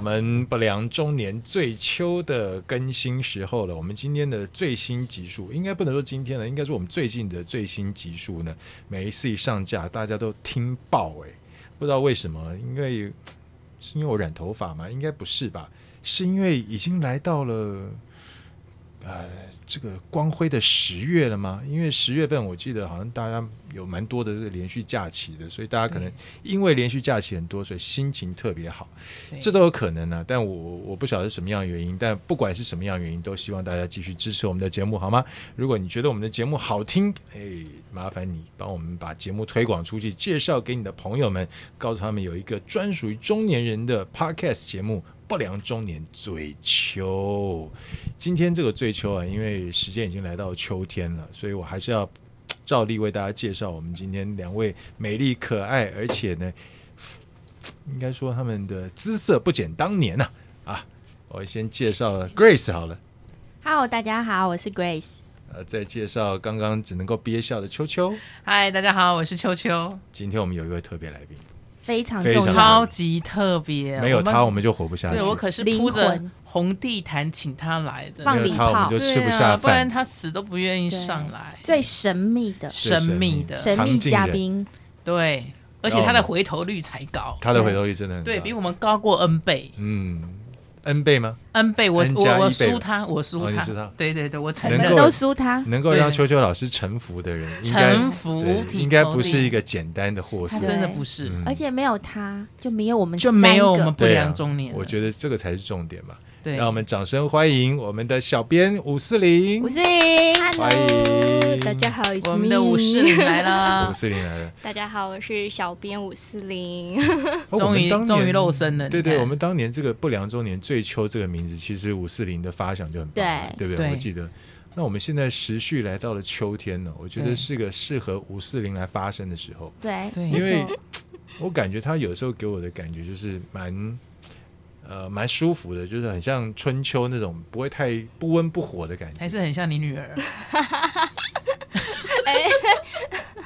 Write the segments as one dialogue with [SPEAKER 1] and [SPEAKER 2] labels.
[SPEAKER 1] 们不良中年最秋的更新时候了。我们今天的最新集数，应该不能说今天了，应该说我们最近的最新集数呢，每一次一上架，大家都听爆哎、不知道为什么，因为是因为我染头发吗？应该不是吧？是因为已经来到了呃这个光辉的十月了吗？因为十月份我记得好像大家有蛮多的这个连续假期的，所以大家可能因为连续假期很多，所以心情特别好，
[SPEAKER 2] 对
[SPEAKER 1] 这都有可能呢、啊但我我不晓得是什么样的原因，但不管是什么样的原因，都希望大家继续支持我们的节目，好吗？如果你觉得我们的节目好听，哎，麻烦你帮我们把节目推广出去，介绍给你的朋友们，告诉他们有一个专属于中年人的 podcast 节目《不良中年追秋》。今天这个追秋啊，因为时间已经来到秋天了，所以我还是要照例为大家介绍我们今天两位美丽可爱，而且呢，应该说他们的姿色不减当年呐啊我先介绍 Grace 好了。
[SPEAKER 2] Hello，大家好，我是 Grace。
[SPEAKER 1] 呃，再介绍刚刚只能够憋笑的秋秋。
[SPEAKER 3] 嗨，大家好，我是秋秋，
[SPEAKER 1] 今天我们有一位特别来宾，
[SPEAKER 2] 非常
[SPEAKER 1] 非
[SPEAKER 2] 重
[SPEAKER 1] 常
[SPEAKER 2] 要，
[SPEAKER 3] 超级特别，
[SPEAKER 1] 没有
[SPEAKER 3] 们
[SPEAKER 1] 他我们就活不下去。
[SPEAKER 3] 对我可是铺
[SPEAKER 2] 灵
[SPEAKER 3] 着
[SPEAKER 2] 魂
[SPEAKER 3] 红地毯请他来的，
[SPEAKER 2] 放
[SPEAKER 1] 没有
[SPEAKER 2] 礼
[SPEAKER 1] 他我们
[SPEAKER 2] 炮
[SPEAKER 1] 就吃不
[SPEAKER 3] 对啊
[SPEAKER 1] 下
[SPEAKER 3] 不然
[SPEAKER 1] 饭。
[SPEAKER 3] 他死都不愿意上来，
[SPEAKER 2] 最神秘的
[SPEAKER 1] 最
[SPEAKER 3] 神秘的，
[SPEAKER 2] 神
[SPEAKER 1] 常
[SPEAKER 2] 秘
[SPEAKER 1] 进
[SPEAKER 2] 嘉
[SPEAKER 1] 人
[SPEAKER 2] 宾，
[SPEAKER 3] 对，而且他的回头率才高，
[SPEAKER 1] 他的回头率真的很
[SPEAKER 3] 对
[SPEAKER 1] 高
[SPEAKER 3] 比我们高过 N 倍
[SPEAKER 1] 嗯 N 倍吗？
[SPEAKER 3] ，N 倍，我
[SPEAKER 1] N 加
[SPEAKER 3] 我我
[SPEAKER 1] 一倍
[SPEAKER 3] 输他，我输
[SPEAKER 1] 哦你
[SPEAKER 3] 他
[SPEAKER 1] 输他，
[SPEAKER 3] 对对对，我承
[SPEAKER 2] 我
[SPEAKER 1] 能
[SPEAKER 2] 们
[SPEAKER 1] 够
[SPEAKER 3] 认，
[SPEAKER 2] 都输他，
[SPEAKER 1] 能够让
[SPEAKER 3] 对
[SPEAKER 1] 秋秋老师臣服的人，应该
[SPEAKER 3] 啊臣服五
[SPEAKER 1] 对
[SPEAKER 3] 体
[SPEAKER 1] 应该
[SPEAKER 3] 投
[SPEAKER 1] 不是
[SPEAKER 3] 地
[SPEAKER 1] 一个简单的货
[SPEAKER 3] 他
[SPEAKER 1] 色。
[SPEAKER 3] 真的不是，
[SPEAKER 1] 嗯
[SPEAKER 2] 而且没有他就没有我们
[SPEAKER 3] 就没有我
[SPEAKER 2] 三
[SPEAKER 3] 们
[SPEAKER 2] 个
[SPEAKER 3] 不
[SPEAKER 1] 对啊
[SPEAKER 3] 良中年了，
[SPEAKER 1] 我觉得这个才是重点嘛。
[SPEAKER 3] 对，
[SPEAKER 1] 啊让我们掌声欢迎我们的小编五四零
[SPEAKER 2] 吴，思颖，
[SPEAKER 1] 欢迎
[SPEAKER 4] 大家好，it's
[SPEAKER 3] 我们的
[SPEAKER 4] me
[SPEAKER 3] 五四零来 了
[SPEAKER 1] 五，四零来了。
[SPEAKER 4] 大家好，我是小编五四零。
[SPEAKER 1] 哦
[SPEAKER 3] 终
[SPEAKER 1] 我们
[SPEAKER 3] 于
[SPEAKER 1] 当年
[SPEAKER 3] 终于露身了
[SPEAKER 1] 对
[SPEAKER 3] 你
[SPEAKER 1] 对，
[SPEAKER 3] 看
[SPEAKER 1] 我们当年这个不良中年最秋这个名字，其实五四零的发想就很棒了，对不对？
[SPEAKER 3] 对
[SPEAKER 1] 我记得。那我们现在时序来到了秋天了，我觉得
[SPEAKER 3] 对
[SPEAKER 1] 是个适合五四零来发声的时候，
[SPEAKER 2] 对
[SPEAKER 3] 对
[SPEAKER 1] 因为
[SPEAKER 2] 没错
[SPEAKER 1] 我感觉他有时候给我的感觉就是蛮。呃，蛮舒服的，就是很像春秋那种不会太不温不火的感觉。
[SPEAKER 3] 还是很像你女儿。
[SPEAKER 4] 哎，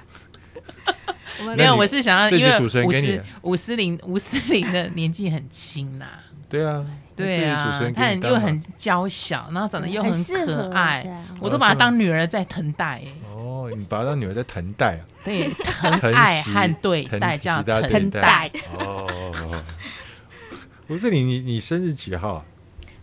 [SPEAKER 4] 我们
[SPEAKER 3] 没有，
[SPEAKER 1] 那你
[SPEAKER 3] 我是想要，
[SPEAKER 1] 这集
[SPEAKER 3] 因为
[SPEAKER 1] 主持人
[SPEAKER 3] 五
[SPEAKER 1] 给你
[SPEAKER 3] 四
[SPEAKER 1] 的
[SPEAKER 3] 五四零五四零的年纪很 轻呐、
[SPEAKER 1] 对啊，
[SPEAKER 3] 对
[SPEAKER 1] 那自己主持
[SPEAKER 3] 啊
[SPEAKER 1] 人，给你
[SPEAKER 3] 他很
[SPEAKER 1] 当
[SPEAKER 3] 又
[SPEAKER 1] 嘛
[SPEAKER 3] 很娇小，然后长得又
[SPEAKER 2] 适合啊
[SPEAKER 3] 可爱，
[SPEAKER 2] 的
[SPEAKER 3] 我都把她当女儿在疼待、欸，
[SPEAKER 1] 哦，你把他当女儿在疼带啊，
[SPEAKER 3] 对，疼
[SPEAKER 1] 疼
[SPEAKER 3] 爱
[SPEAKER 1] 惜
[SPEAKER 3] 和对
[SPEAKER 1] 疼
[SPEAKER 3] 待
[SPEAKER 1] 惜
[SPEAKER 3] 叫
[SPEAKER 1] 大家对
[SPEAKER 3] 疼
[SPEAKER 2] 疼
[SPEAKER 1] 待
[SPEAKER 2] 带
[SPEAKER 1] 哦，不是你你你生日几号啊？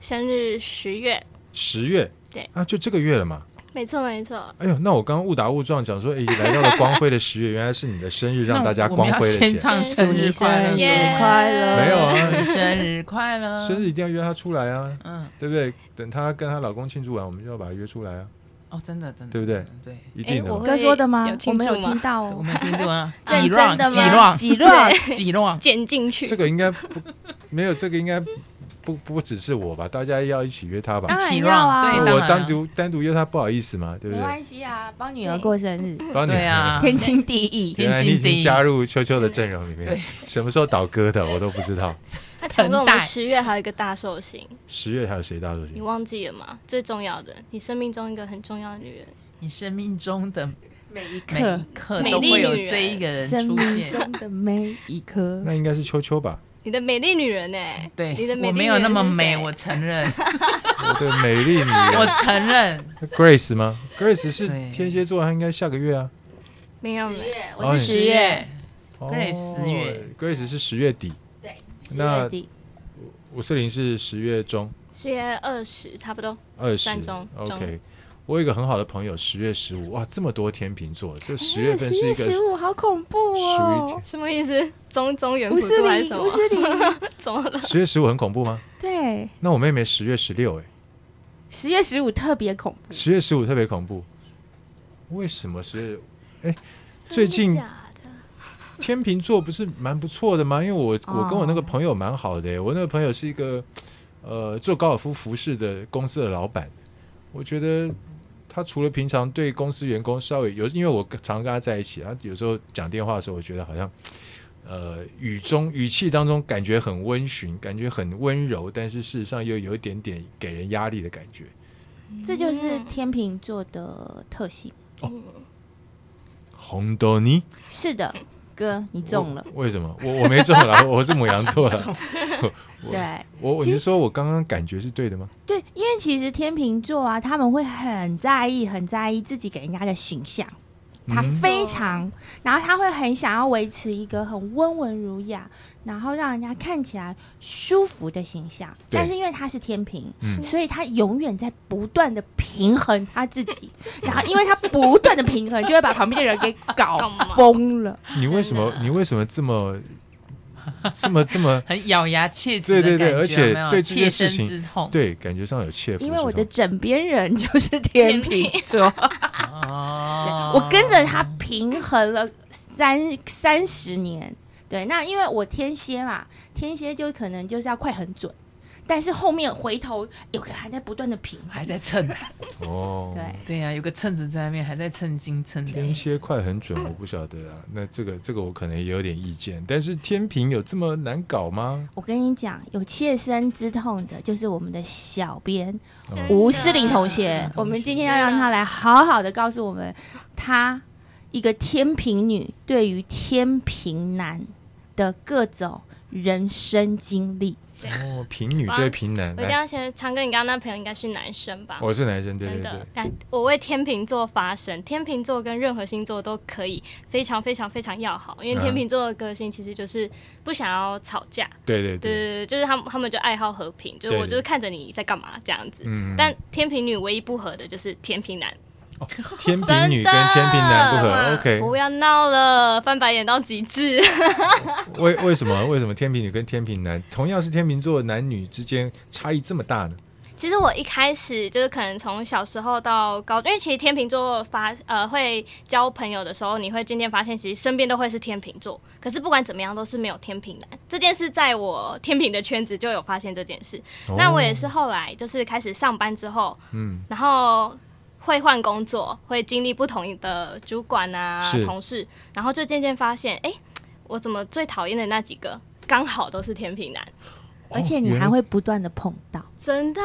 [SPEAKER 4] 生日十月，
[SPEAKER 1] 十月。
[SPEAKER 4] 对
[SPEAKER 1] 啊，就这个月了嘛。
[SPEAKER 4] 没错没错，
[SPEAKER 1] 哎呦，那我刚刚误打误撞讲说，哎，来到了光辉的 十月，原来是你的生日，让
[SPEAKER 3] 那
[SPEAKER 1] 大家
[SPEAKER 3] 我们
[SPEAKER 1] 光
[SPEAKER 3] 要
[SPEAKER 1] 辉了
[SPEAKER 3] 先
[SPEAKER 1] 起来。
[SPEAKER 3] 唱生日快乐，
[SPEAKER 4] 祝你生日
[SPEAKER 2] 快乐
[SPEAKER 1] 没有啊，
[SPEAKER 3] 生日快乐，
[SPEAKER 1] 生日一定要约她出来啊，
[SPEAKER 3] 嗯，
[SPEAKER 1] 对不对？等她跟她老公庆祝完，我们就要把她约出来啊，
[SPEAKER 3] 哦，真的真的，
[SPEAKER 1] 对不对
[SPEAKER 3] 真的？对，
[SPEAKER 1] 一
[SPEAKER 4] 哎，
[SPEAKER 1] 定的
[SPEAKER 4] 我
[SPEAKER 1] 嘛。
[SPEAKER 4] 会
[SPEAKER 2] 哥说的吗
[SPEAKER 4] 有？
[SPEAKER 2] 我
[SPEAKER 4] 庆
[SPEAKER 2] 没有
[SPEAKER 4] 祝
[SPEAKER 2] 听
[SPEAKER 4] 吗？
[SPEAKER 2] 到
[SPEAKER 3] 我
[SPEAKER 2] 哦，
[SPEAKER 3] 们听过啊，
[SPEAKER 2] 认
[SPEAKER 3] 几
[SPEAKER 2] 真
[SPEAKER 3] 乱
[SPEAKER 2] 的
[SPEAKER 3] 几
[SPEAKER 2] 吗
[SPEAKER 3] 乱
[SPEAKER 2] 几乱
[SPEAKER 3] 几乱，
[SPEAKER 4] 剪进去
[SPEAKER 1] 这，个应该不没有，这个应该不不只是我吧，大家要一起约她吧
[SPEAKER 2] 当。然
[SPEAKER 3] 几
[SPEAKER 2] 要啊
[SPEAKER 3] 乱，对，
[SPEAKER 1] 我
[SPEAKER 3] 当然
[SPEAKER 1] 单
[SPEAKER 3] 啊
[SPEAKER 1] 独单独约她不好意思嘛，对不
[SPEAKER 2] 没
[SPEAKER 1] 对？
[SPEAKER 2] 关系啊，帮女儿过生日，
[SPEAKER 1] 帮你
[SPEAKER 3] 对啊
[SPEAKER 2] 天经地义。
[SPEAKER 1] 原来你已经加入秋秋的阵容里面
[SPEAKER 3] 对，
[SPEAKER 1] 什么时候倒戈的我都不知道。
[SPEAKER 4] 他抢过我
[SPEAKER 3] 疼
[SPEAKER 4] 们
[SPEAKER 3] 带
[SPEAKER 4] 十月还有一个大寿星，
[SPEAKER 1] 十月还有谁大寿
[SPEAKER 4] 你
[SPEAKER 1] 星？
[SPEAKER 4] 忘记了吗？最重要的，你生命中一个很重要的女人，
[SPEAKER 3] 你生命中的
[SPEAKER 2] 每一
[SPEAKER 3] 每一刻
[SPEAKER 4] 美
[SPEAKER 3] 都
[SPEAKER 4] 丽
[SPEAKER 3] 会有
[SPEAKER 4] 女人
[SPEAKER 3] 这一个人
[SPEAKER 2] 生
[SPEAKER 3] 出
[SPEAKER 2] 命
[SPEAKER 3] 现。
[SPEAKER 2] 中的每一刻，
[SPEAKER 1] 那应该是秋秋吧？
[SPEAKER 4] 你的美丽女人哎，你
[SPEAKER 3] 对，
[SPEAKER 4] 的美丽
[SPEAKER 3] 我没有那么
[SPEAKER 4] 女人是
[SPEAKER 3] 美，
[SPEAKER 4] 谁
[SPEAKER 3] 我 承认，
[SPEAKER 1] 我的美丽女人。
[SPEAKER 3] 我承认。
[SPEAKER 1] Grace 吗？Grace 是
[SPEAKER 3] 对
[SPEAKER 1] 天蝎座，她应该下个月啊。
[SPEAKER 4] 没有
[SPEAKER 2] 十
[SPEAKER 4] 没有，
[SPEAKER 2] 月，
[SPEAKER 1] 哦
[SPEAKER 2] 我是十月，
[SPEAKER 3] Grace 十月
[SPEAKER 1] ，Grace 是十月底，
[SPEAKER 2] 十
[SPEAKER 1] 那
[SPEAKER 2] 月底，
[SPEAKER 1] 五四零是十月中
[SPEAKER 4] 十月二十差不多，
[SPEAKER 1] 二十
[SPEAKER 4] 算中。
[SPEAKER 1] OK，
[SPEAKER 4] 中
[SPEAKER 1] 我有一个很好的朋友，十月十五，哇，这么多天秤座，这十月份
[SPEAKER 2] 哎
[SPEAKER 1] 是一个
[SPEAKER 2] 十五，好恐怖
[SPEAKER 1] 属于
[SPEAKER 2] 哦！
[SPEAKER 4] 什么意思？中中原
[SPEAKER 2] 不
[SPEAKER 4] 普
[SPEAKER 2] 是
[SPEAKER 4] 渡还是
[SPEAKER 2] 你，
[SPEAKER 4] 什
[SPEAKER 2] 不
[SPEAKER 4] 么？
[SPEAKER 2] 是你，
[SPEAKER 4] 怎么了？
[SPEAKER 1] 十月十五很恐怖吗？
[SPEAKER 2] 对，
[SPEAKER 1] 那我妹妹十月十六，哎，
[SPEAKER 2] 十月十五特别恐怖，
[SPEAKER 1] 十月十五特别恐怖，为什么是？哎，最
[SPEAKER 4] 真
[SPEAKER 1] 近
[SPEAKER 4] 的假的
[SPEAKER 1] 天秤座不是蛮不错的吗？因为我
[SPEAKER 2] 哦
[SPEAKER 1] 我跟我那个朋友蛮好的耶、我那个朋友是一个呃做高尔夫服饰的公司的老板，我觉得他除了平常对公司员工稍微有，因为我跟常跟他在一起，他有时候讲电话的时候，我觉得好像呃语中语气当中感觉很温驯，感觉很温柔，但是事实上又有一点点给人压力的感觉。
[SPEAKER 2] 这就是天秤
[SPEAKER 1] 哦
[SPEAKER 4] 嗯
[SPEAKER 2] 座的特性。
[SPEAKER 1] 红豆泥
[SPEAKER 2] 是的，哥，你中了。
[SPEAKER 1] 为什么？我我没中了，我我是母羊座 了。我
[SPEAKER 2] 对
[SPEAKER 1] 我我
[SPEAKER 2] 其
[SPEAKER 1] 是
[SPEAKER 2] 实
[SPEAKER 1] 说我刚刚感觉是对的吗？
[SPEAKER 2] 对，因为其实天秤座啊，他们会很在意、很在意自己给人家的形象，他
[SPEAKER 1] 嗯
[SPEAKER 2] 非常，然后他会很想要维持一个很温文儒雅，然后让人家看起来舒服的形象。
[SPEAKER 1] 对
[SPEAKER 2] 但是因为他是天平，
[SPEAKER 1] 嗯
[SPEAKER 2] 所以他永远在不断的平衡他自己，然后因为他不断的平衡，就会把旁边的人给搞
[SPEAKER 4] 搞嘛
[SPEAKER 2] 疯了。
[SPEAKER 1] 你为什么
[SPEAKER 4] 真的
[SPEAKER 1] 你为什么这么这么这么
[SPEAKER 3] 很咬牙切齿
[SPEAKER 1] 对
[SPEAKER 3] 的感
[SPEAKER 1] 对
[SPEAKER 3] 觉，
[SPEAKER 1] 对而且
[SPEAKER 3] 有没有
[SPEAKER 1] 对这
[SPEAKER 3] 切
[SPEAKER 1] 件事
[SPEAKER 3] 身
[SPEAKER 1] 情
[SPEAKER 3] 之痛。
[SPEAKER 1] 对？感觉上有切肤之
[SPEAKER 2] 因
[SPEAKER 1] 痛。
[SPEAKER 2] 为我的枕边人就是天秤 座，
[SPEAKER 3] 哦，
[SPEAKER 2] 我跟着他平衡了三三十年。对，那因为我天蝎嘛，天蝎就可能就是要快很准，但是后面回头有个还在不断的平衡，
[SPEAKER 3] 还在蹭，
[SPEAKER 1] 哦，
[SPEAKER 2] 对
[SPEAKER 3] 对啊呀、有个秤子在那边，还在蹭斤称
[SPEAKER 1] 天
[SPEAKER 3] 两。
[SPEAKER 1] 蝎快很准，我不晓得啊。那这个这个我可能也有点意见，但是天平有这么难搞吗？
[SPEAKER 2] 我跟你讲，有切身之痛的就是我们的小编
[SPEAKER 4] 真
[SPEAKER 1] 哦
[SPEAKER 2] 吴
[SPEAKER 4] 的
[SPEAKER 2] 思玲同
[SPEAKER 3] 啊思玲
[SPEAKER 2] 学
[SPEAKER 3] 同学，
[SPEAKER 2] 我们今天要让她来好好的告诉我们，她一个天平女对于天平男的各种人生经历。
[SPEAKER 1] 哦，平女对平男，
[SPEAKER 4] 我一定
[SPEAKER 1] 来，
[SPEAKER 4] 要先，长哥，你刚刚那朋友应该是男生吧？
[SPEAKER 1] 我是男生，对对
[SPEAKER 4] 真
[SPEAKER 1] 对
[SPEAKER 4] 的，，来，我为天秤座发声。天秤座跟任何星座都可以非常非常非常要好，
[SPEAKER 1] 啊
[SPEAKER 4] 因为天秤座的个性其实就是不想要吵架，
[SPEAKER 1] 对对
[SPEAKER 4] 对
[SPEAKER 1] 对，
[SPEAKER 4] 对对，就是他们他们就爱好和平，就是
[SPEAKER 1] 对
[SPEAKER 4] 我就是看着你在干嘛这样子。
[SPEAKER 1] 嗯，
[SPEAKER 4] 但天秤女唯一不合的就是天秤男，
[SPEAKER 1] 天平女跟天平男不合
[SPEAKER 4] 真的
[SPEAKER 1] ，OK？
[SPEAKER 4] 不要闹了，翻白眼到极致。
[SPEAKER 1] 为为什么为什么天平女跟天平男同样是天秤座，男女之间差异这么大呢？
[SPEAKER 4] 其实我一开始就是可能从小时候到高，因为其实天秤座发呃会交朋友的时候，你会渐渐发现，其实身边都会是天秤座。可是不管怎么样，都是没有天秤男这件事，在我天秤的圈子就有发现这件事。那我也是
[SPEAKER 1] 哦，
[SPEAKER 4] 后来就是开始上班之后，
[SPEAKER 1] 嗯，
[SPEAKER 4] 然后会换工作，会经历不同的主管啊
[SPEAKER 1] 是、
[SPEAKER 4] 同事，然后就渐渐发现，哎，我怎么最讨厌的那几个刚好都是天秤男，
[SPEAKER 3] 哦
[SPEAKER 2] 而且你还会不断的碰到。
[SPEAKER 4] 真的，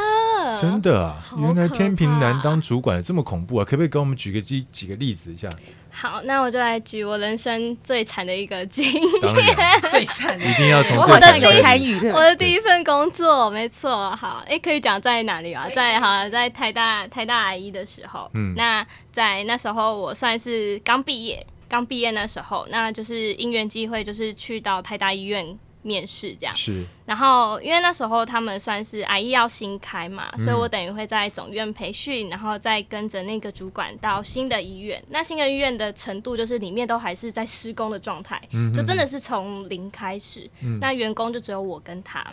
[SPEAKER 1] 真的啊！
[SPEAKER 4] 嗯好
[SPEAKER 1] 原来
[SPEAKER 4] 可
[SPEAKER 1] 天平男
[SPEAKER 4] 怕
[SPEAKER 1] 当主管这么恐怖啊！可不可以给我们举个几几个例子一下？
[SPEAKER 4] 好，那我就来举我人生最惨的一个经
[SPEAKER 1] 当然
[SPEAKER 3] 最惨的
[SPEAKER 1] 一定要从
[SPEAKER 2] 我
[SPEAKER 1] 最
[SPEAKER 2] 好
[SPEAKER 1] 惨
[SPEAKER 2] 像
[SPEAKER 1] 的
[SPEAKER 2] 有
[SPEAKER 1] 开始
[SPEAKER 2] 参与
[SPEAKER 4] 我
[SPEAKER 2] 了。
[SPEAKER 4] 的第一份工作，没错，好，诶，可以讲在哪里啊？在好，在台大台大阿姨的时候，
[SPEAKER 1] 嗯
[SPEAKER 4] 那在那时候我算是刚毕业，刚毕业那时候，那就是因缘机会，就是去到台大医院面试这样。
[SPEAKER 1] 是
[SPEAKER 4] 然后因为那时候他们算是阿姨要新开
[SPEAKER 1] 嗯
[SPEAKER 4] 嘛，所以我等于会在总院培训，然后再跟着那个主管到新的医院。那新的医院的程度就是里面都还是在施工的状态，
[SPEAKER 1] 嗯
[SPEAKER 4] 就真的是从零开始。
[SPEAKER 1] 嗯
[SPEAKER 4] 那员工就只有我跟他。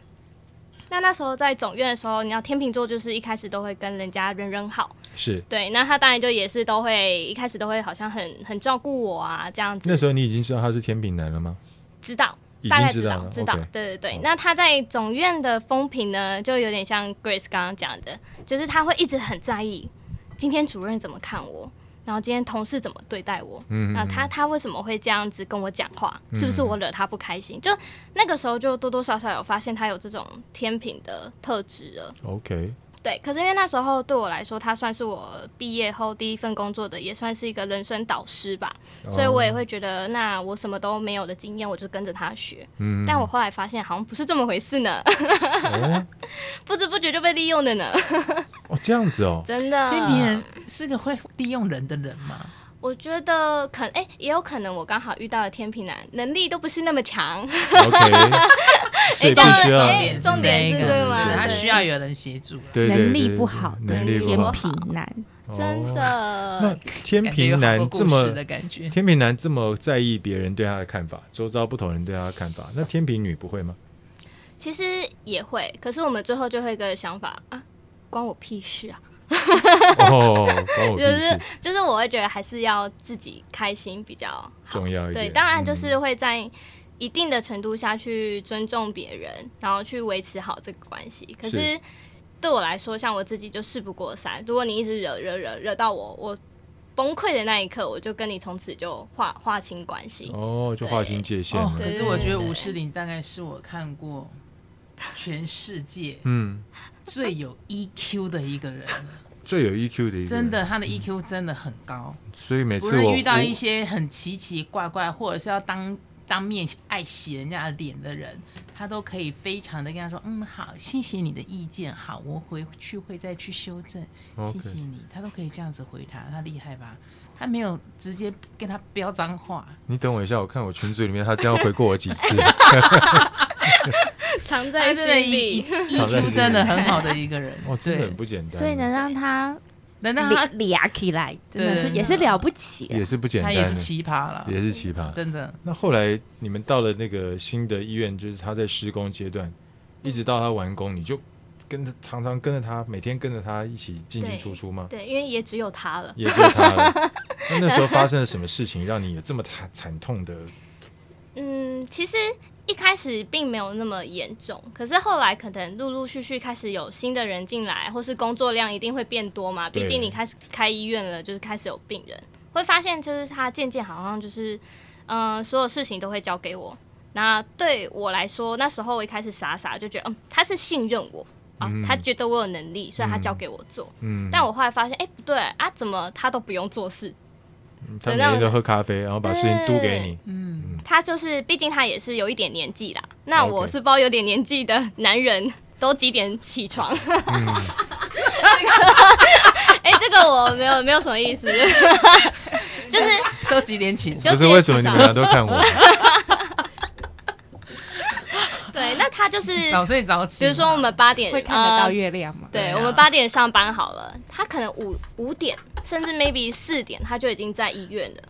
[SPEAKER 4] 那那时候在总院的时候，你要天秤座就是一开始都会跟人家人人好，
[SPEAKER 1] 是。
[SPEAKER 4] 对，那他当然就也是都会一开始都会好像很很照顾我啊这样子。
[SPEAKER 1] 那时候你已经知道他是天秤男了吗？
[SPEAKER 4] 知道，
[SPEAKER 1] 已
[SPEAKER 4] 大
[SPEAKER 1] 经
[SPEAKER 4] 概
[SPEAKER 1] 知
[SPEAKER 4] 知
[SPEAKER 1] 道
[SPEAKER 4] 道
[SPEAKER 1] 了，
[SPEAKER 4] 知道
[SPEAKER 1] OK，
[SPEAKER 4] 对对对
[SPEAKER 1] 好。
[SPEAKER 4] 那他在总院的风评呢，就有点像 Grace 刚刚讲的，就是他会一直很在意今天主任怎么看我，然后今天同事怎么对待我。
[SPEAKER 1] 嗯
[SPEAKER 4] 那啊他他为什么会这样子跟我讲话？是不是我惹他不开心？就那个时候就多多少少有发现他有这种天平的特质了。
[SPEAKER 1] OK，
[SPEAKER 4] 对，可是因为那时候对我来说，他算是我毕业后第一份工作的，也算是一个人生导师吧。
[SPEAKER 1] 哦
[SPEAKER 4] 所以我也会觉得，那我什么都没有的经验，我就跟着他学。
[SPEAKER 1] 嗯
[SPEAKER 4] 但我后来发现，好像不是这么回事呢，
[SPEAKER 1] 哦
[SPEAKER 4] 不知不觉就被利用了呢，
[SPEAKER 1] 哦这样子 哦，
[SPEAKER 4] 真的。
[SPEAKER 3] 天秤人是个会利用人的人吗？
[SPEAKER 4] 我觉得可能，哎、也有可能我刚好遇到了天平男，能力都不是那么
[SPEAKER 1] 哦
[SPEAKER 4] 强。
[SPEAKER 1] OK，所以
[SPEAKER 4] 这样
[SPEAKER 1] 必须要
[SPEAKER 4] 哎重点是
[SPEAKER 3] 这
[SPEAKER 4] 这个吗
[SPEAKER 3] 对他
[SPEAKER 4] 对
[SPEAKER 3] 需要有人协助。
[SPEAKER 1] 对对对
[SPEAKER 2] 能力
[SPEAKER 1] 对
[SPEAKER 2] 不好的
[SPEAKER 1] 能力
[SPEAKER 2] 天
[SPEAKER 1] 不好，
[SPEAKER 2] 平男，
[SPEAKER 4] 真
[SPEAKER 1] 哦。那
[SPEAKER 4] 的，
[SPEAKER 1] 天
[SPEAKER 3] 感觉有
[SPEAKER 1] 平
[SPEAKER 3] 好多
[SPEAKER 1] 男这
[SPEAKER 3] 故事
[SPEAKER 1] 么
[SPEAKER 3] 的感觉，
[SPEAKER 1] 天平男这么在意别人对他的看法，周遭不同人对他的看法，那天平女不会吗？
[SPEAKER 4] 其实也会，可是我们最后就会有一个想法啊，关我屁事啊！
[SPEAKER 1] 哦，关我屁
[SPEAKER 4] 就是
[SPEAKER 1] 事，
[SPEAKER 4] 就是，我会觉得还是要自己开心比较好。
[SPEAKER 1] 重要一点。
[SPEAKER 4] 对，当然就
[SPEAKER 1] 嗯
[SPEAKER 4] 是会在一定的程度下去尊重别人，然后去维持好这个关系。可是对我来说，像我自己就事不过三。如果你一直惹惹惹惹到我，我崩溃的那一刻，我就跟你从此就划划清关系。
[SPEAKER 1] 哦，就划清界限
[SPEAKER 3] 哦，
[SPEAKER 1] 了。
[SPEAKER 3] 可是我觉得
[SPEAKER 4] 对
[SPEAKER 3] 吴诗玲大概是我看过全世界
[SPEAKER 1] 嗯，
[SPEAKER 3] 最有 EQ 的一个人，
[SPEAKER 1] 最有 EQ 的一个人，
[SPEAKER 3] 真的，他的 EQ 真的很高。
[SPEAKER 1] 所以每
[SPEAKER 3] 不
[SPEAKER 1] 次
[SPEAKER 3] 论
[SPEAKER 1] 我
[SPEAKER 3] 遇到
[SPEAKER 1] 我
[SPEAKER 3] 一些很奇奇怪怪，或者是要当当面爱洗人家的脸的人，他都可以非常的跟他说：“嗯，好，谢谢你的意见，好，我回去会再去修正，谢
[SPEAKER 1] OK
[SPEAKER 3] 谢你。”他都可以这样子回他，他厉害吧？他没有直接跟他飙脏话，
[SPEAKER 1] 你等我一下，我看我群组里面他这样回过我几 次，
[SPEAKER 4] 藏
[SPEAKER 3] 他
[SPEAKER 4] 在心
[SPEAKER 3] 真的一一
[SPEAKER 4] 里。
[SPEAKER 1] 藏在心
[SPEAKER 3] EQ
[SPEAKER 1] 里，
[SPEAKER 3] 真的很好的一个人
[SPEAKER 1] 哦，真的
[SPEAKER 3] 对
[SPEAKER 1] 很不简单，
[SPEAKER 2] 所以能让他
[SPEAKER 3] 能让他
[SPEAKER 2] 理俩起来，真的是
[SPEAKER 3] 对
[SPEAKER 2] 也是了不起啊。
[SPEAKER 1] 也是不简
[SPEAKER 3] 他
[SPEAKER 1] 单
[SPEAKER 3] 也是
[SPEAKER 1] 的，
[SPEAKER 3] 奇葩了，
[SPEAKER 1] 也是奇葩。
[SPEAKER 3] 真的。
[SPEAKER 1] 那后来你们到了那个新的医院，就是他在施工阶段，一直到他完工，你就跟着常常跟着他，每天跟着他一起进进
[SPEAKER 4] 对
[SPEAKER 1] 出出吗？
[SPEAKER 4] 对，因为也只有他了。
[SPEAKER 1] 也就他了。那那时候发生了什么事情，让你有这么惨惨痛的？
[SPEAKER 4] 嗯，其实一开始并没有那么严重，可是后来可能陆陆续续开始有新的人进来，或是工作量一定会变多嘛。
[SPEAKER 1] 对
[SPEAKER 4] 毕竟你开始开医院了，就是开始有病人，会发现就是他渐渐好像就是，嗯、所有事情都会交给我。那对我来说，那时候我一开始傻傻就觉得，嗯，他是信任我啊，
[SPEAKER 1] 嗯
[SPEAKER 4] 他觉得我有能力，所以他交
[SPEAKER 1] 嗯
[SPEAKER 4] 给我做。
[SPEAKER 1] 嗯，
[SPEAKER 4] 但我后来发现，哎、不对啊，怎么他都不用做事？
[SPEAKER 1] 他每天都喝咖啡，然后把事情嘟给你。
[SPEAKER 3] 嗯，
[SPEAKER 4] 他就是，毕竟他也是有一点年纪啦。那
[SPEAKER 1] OK
[SPEAKER 4] 我是包有点年纪的男人，都几点起床？ 哎、这个我没有没有什么意思， 就是
[SPEAKER 3] 都几点起床？
[SPEAKER 4] 就
[SPEAKER 1] 不
[SPEAKER 4] 是
[SPEAKER 1] 是为什么你们俩都看我？
[SPEAKER 4] 对。那他就是，
[SPEAKER 3] 早睡早起嘛。
[SPEAKER 4] 比如说我们八点
[SPEAKER 2] 会看得到
[SPEAKER 4] 呃
[SPEAKER 2] 月亮吗？
[SPEAKER 4] 对
[SPEAKER 3] 对啊
[SPEAKER 4] 我们八点上班好了，他可能五五点，甚至 maybe 四点，他就已经在医院了。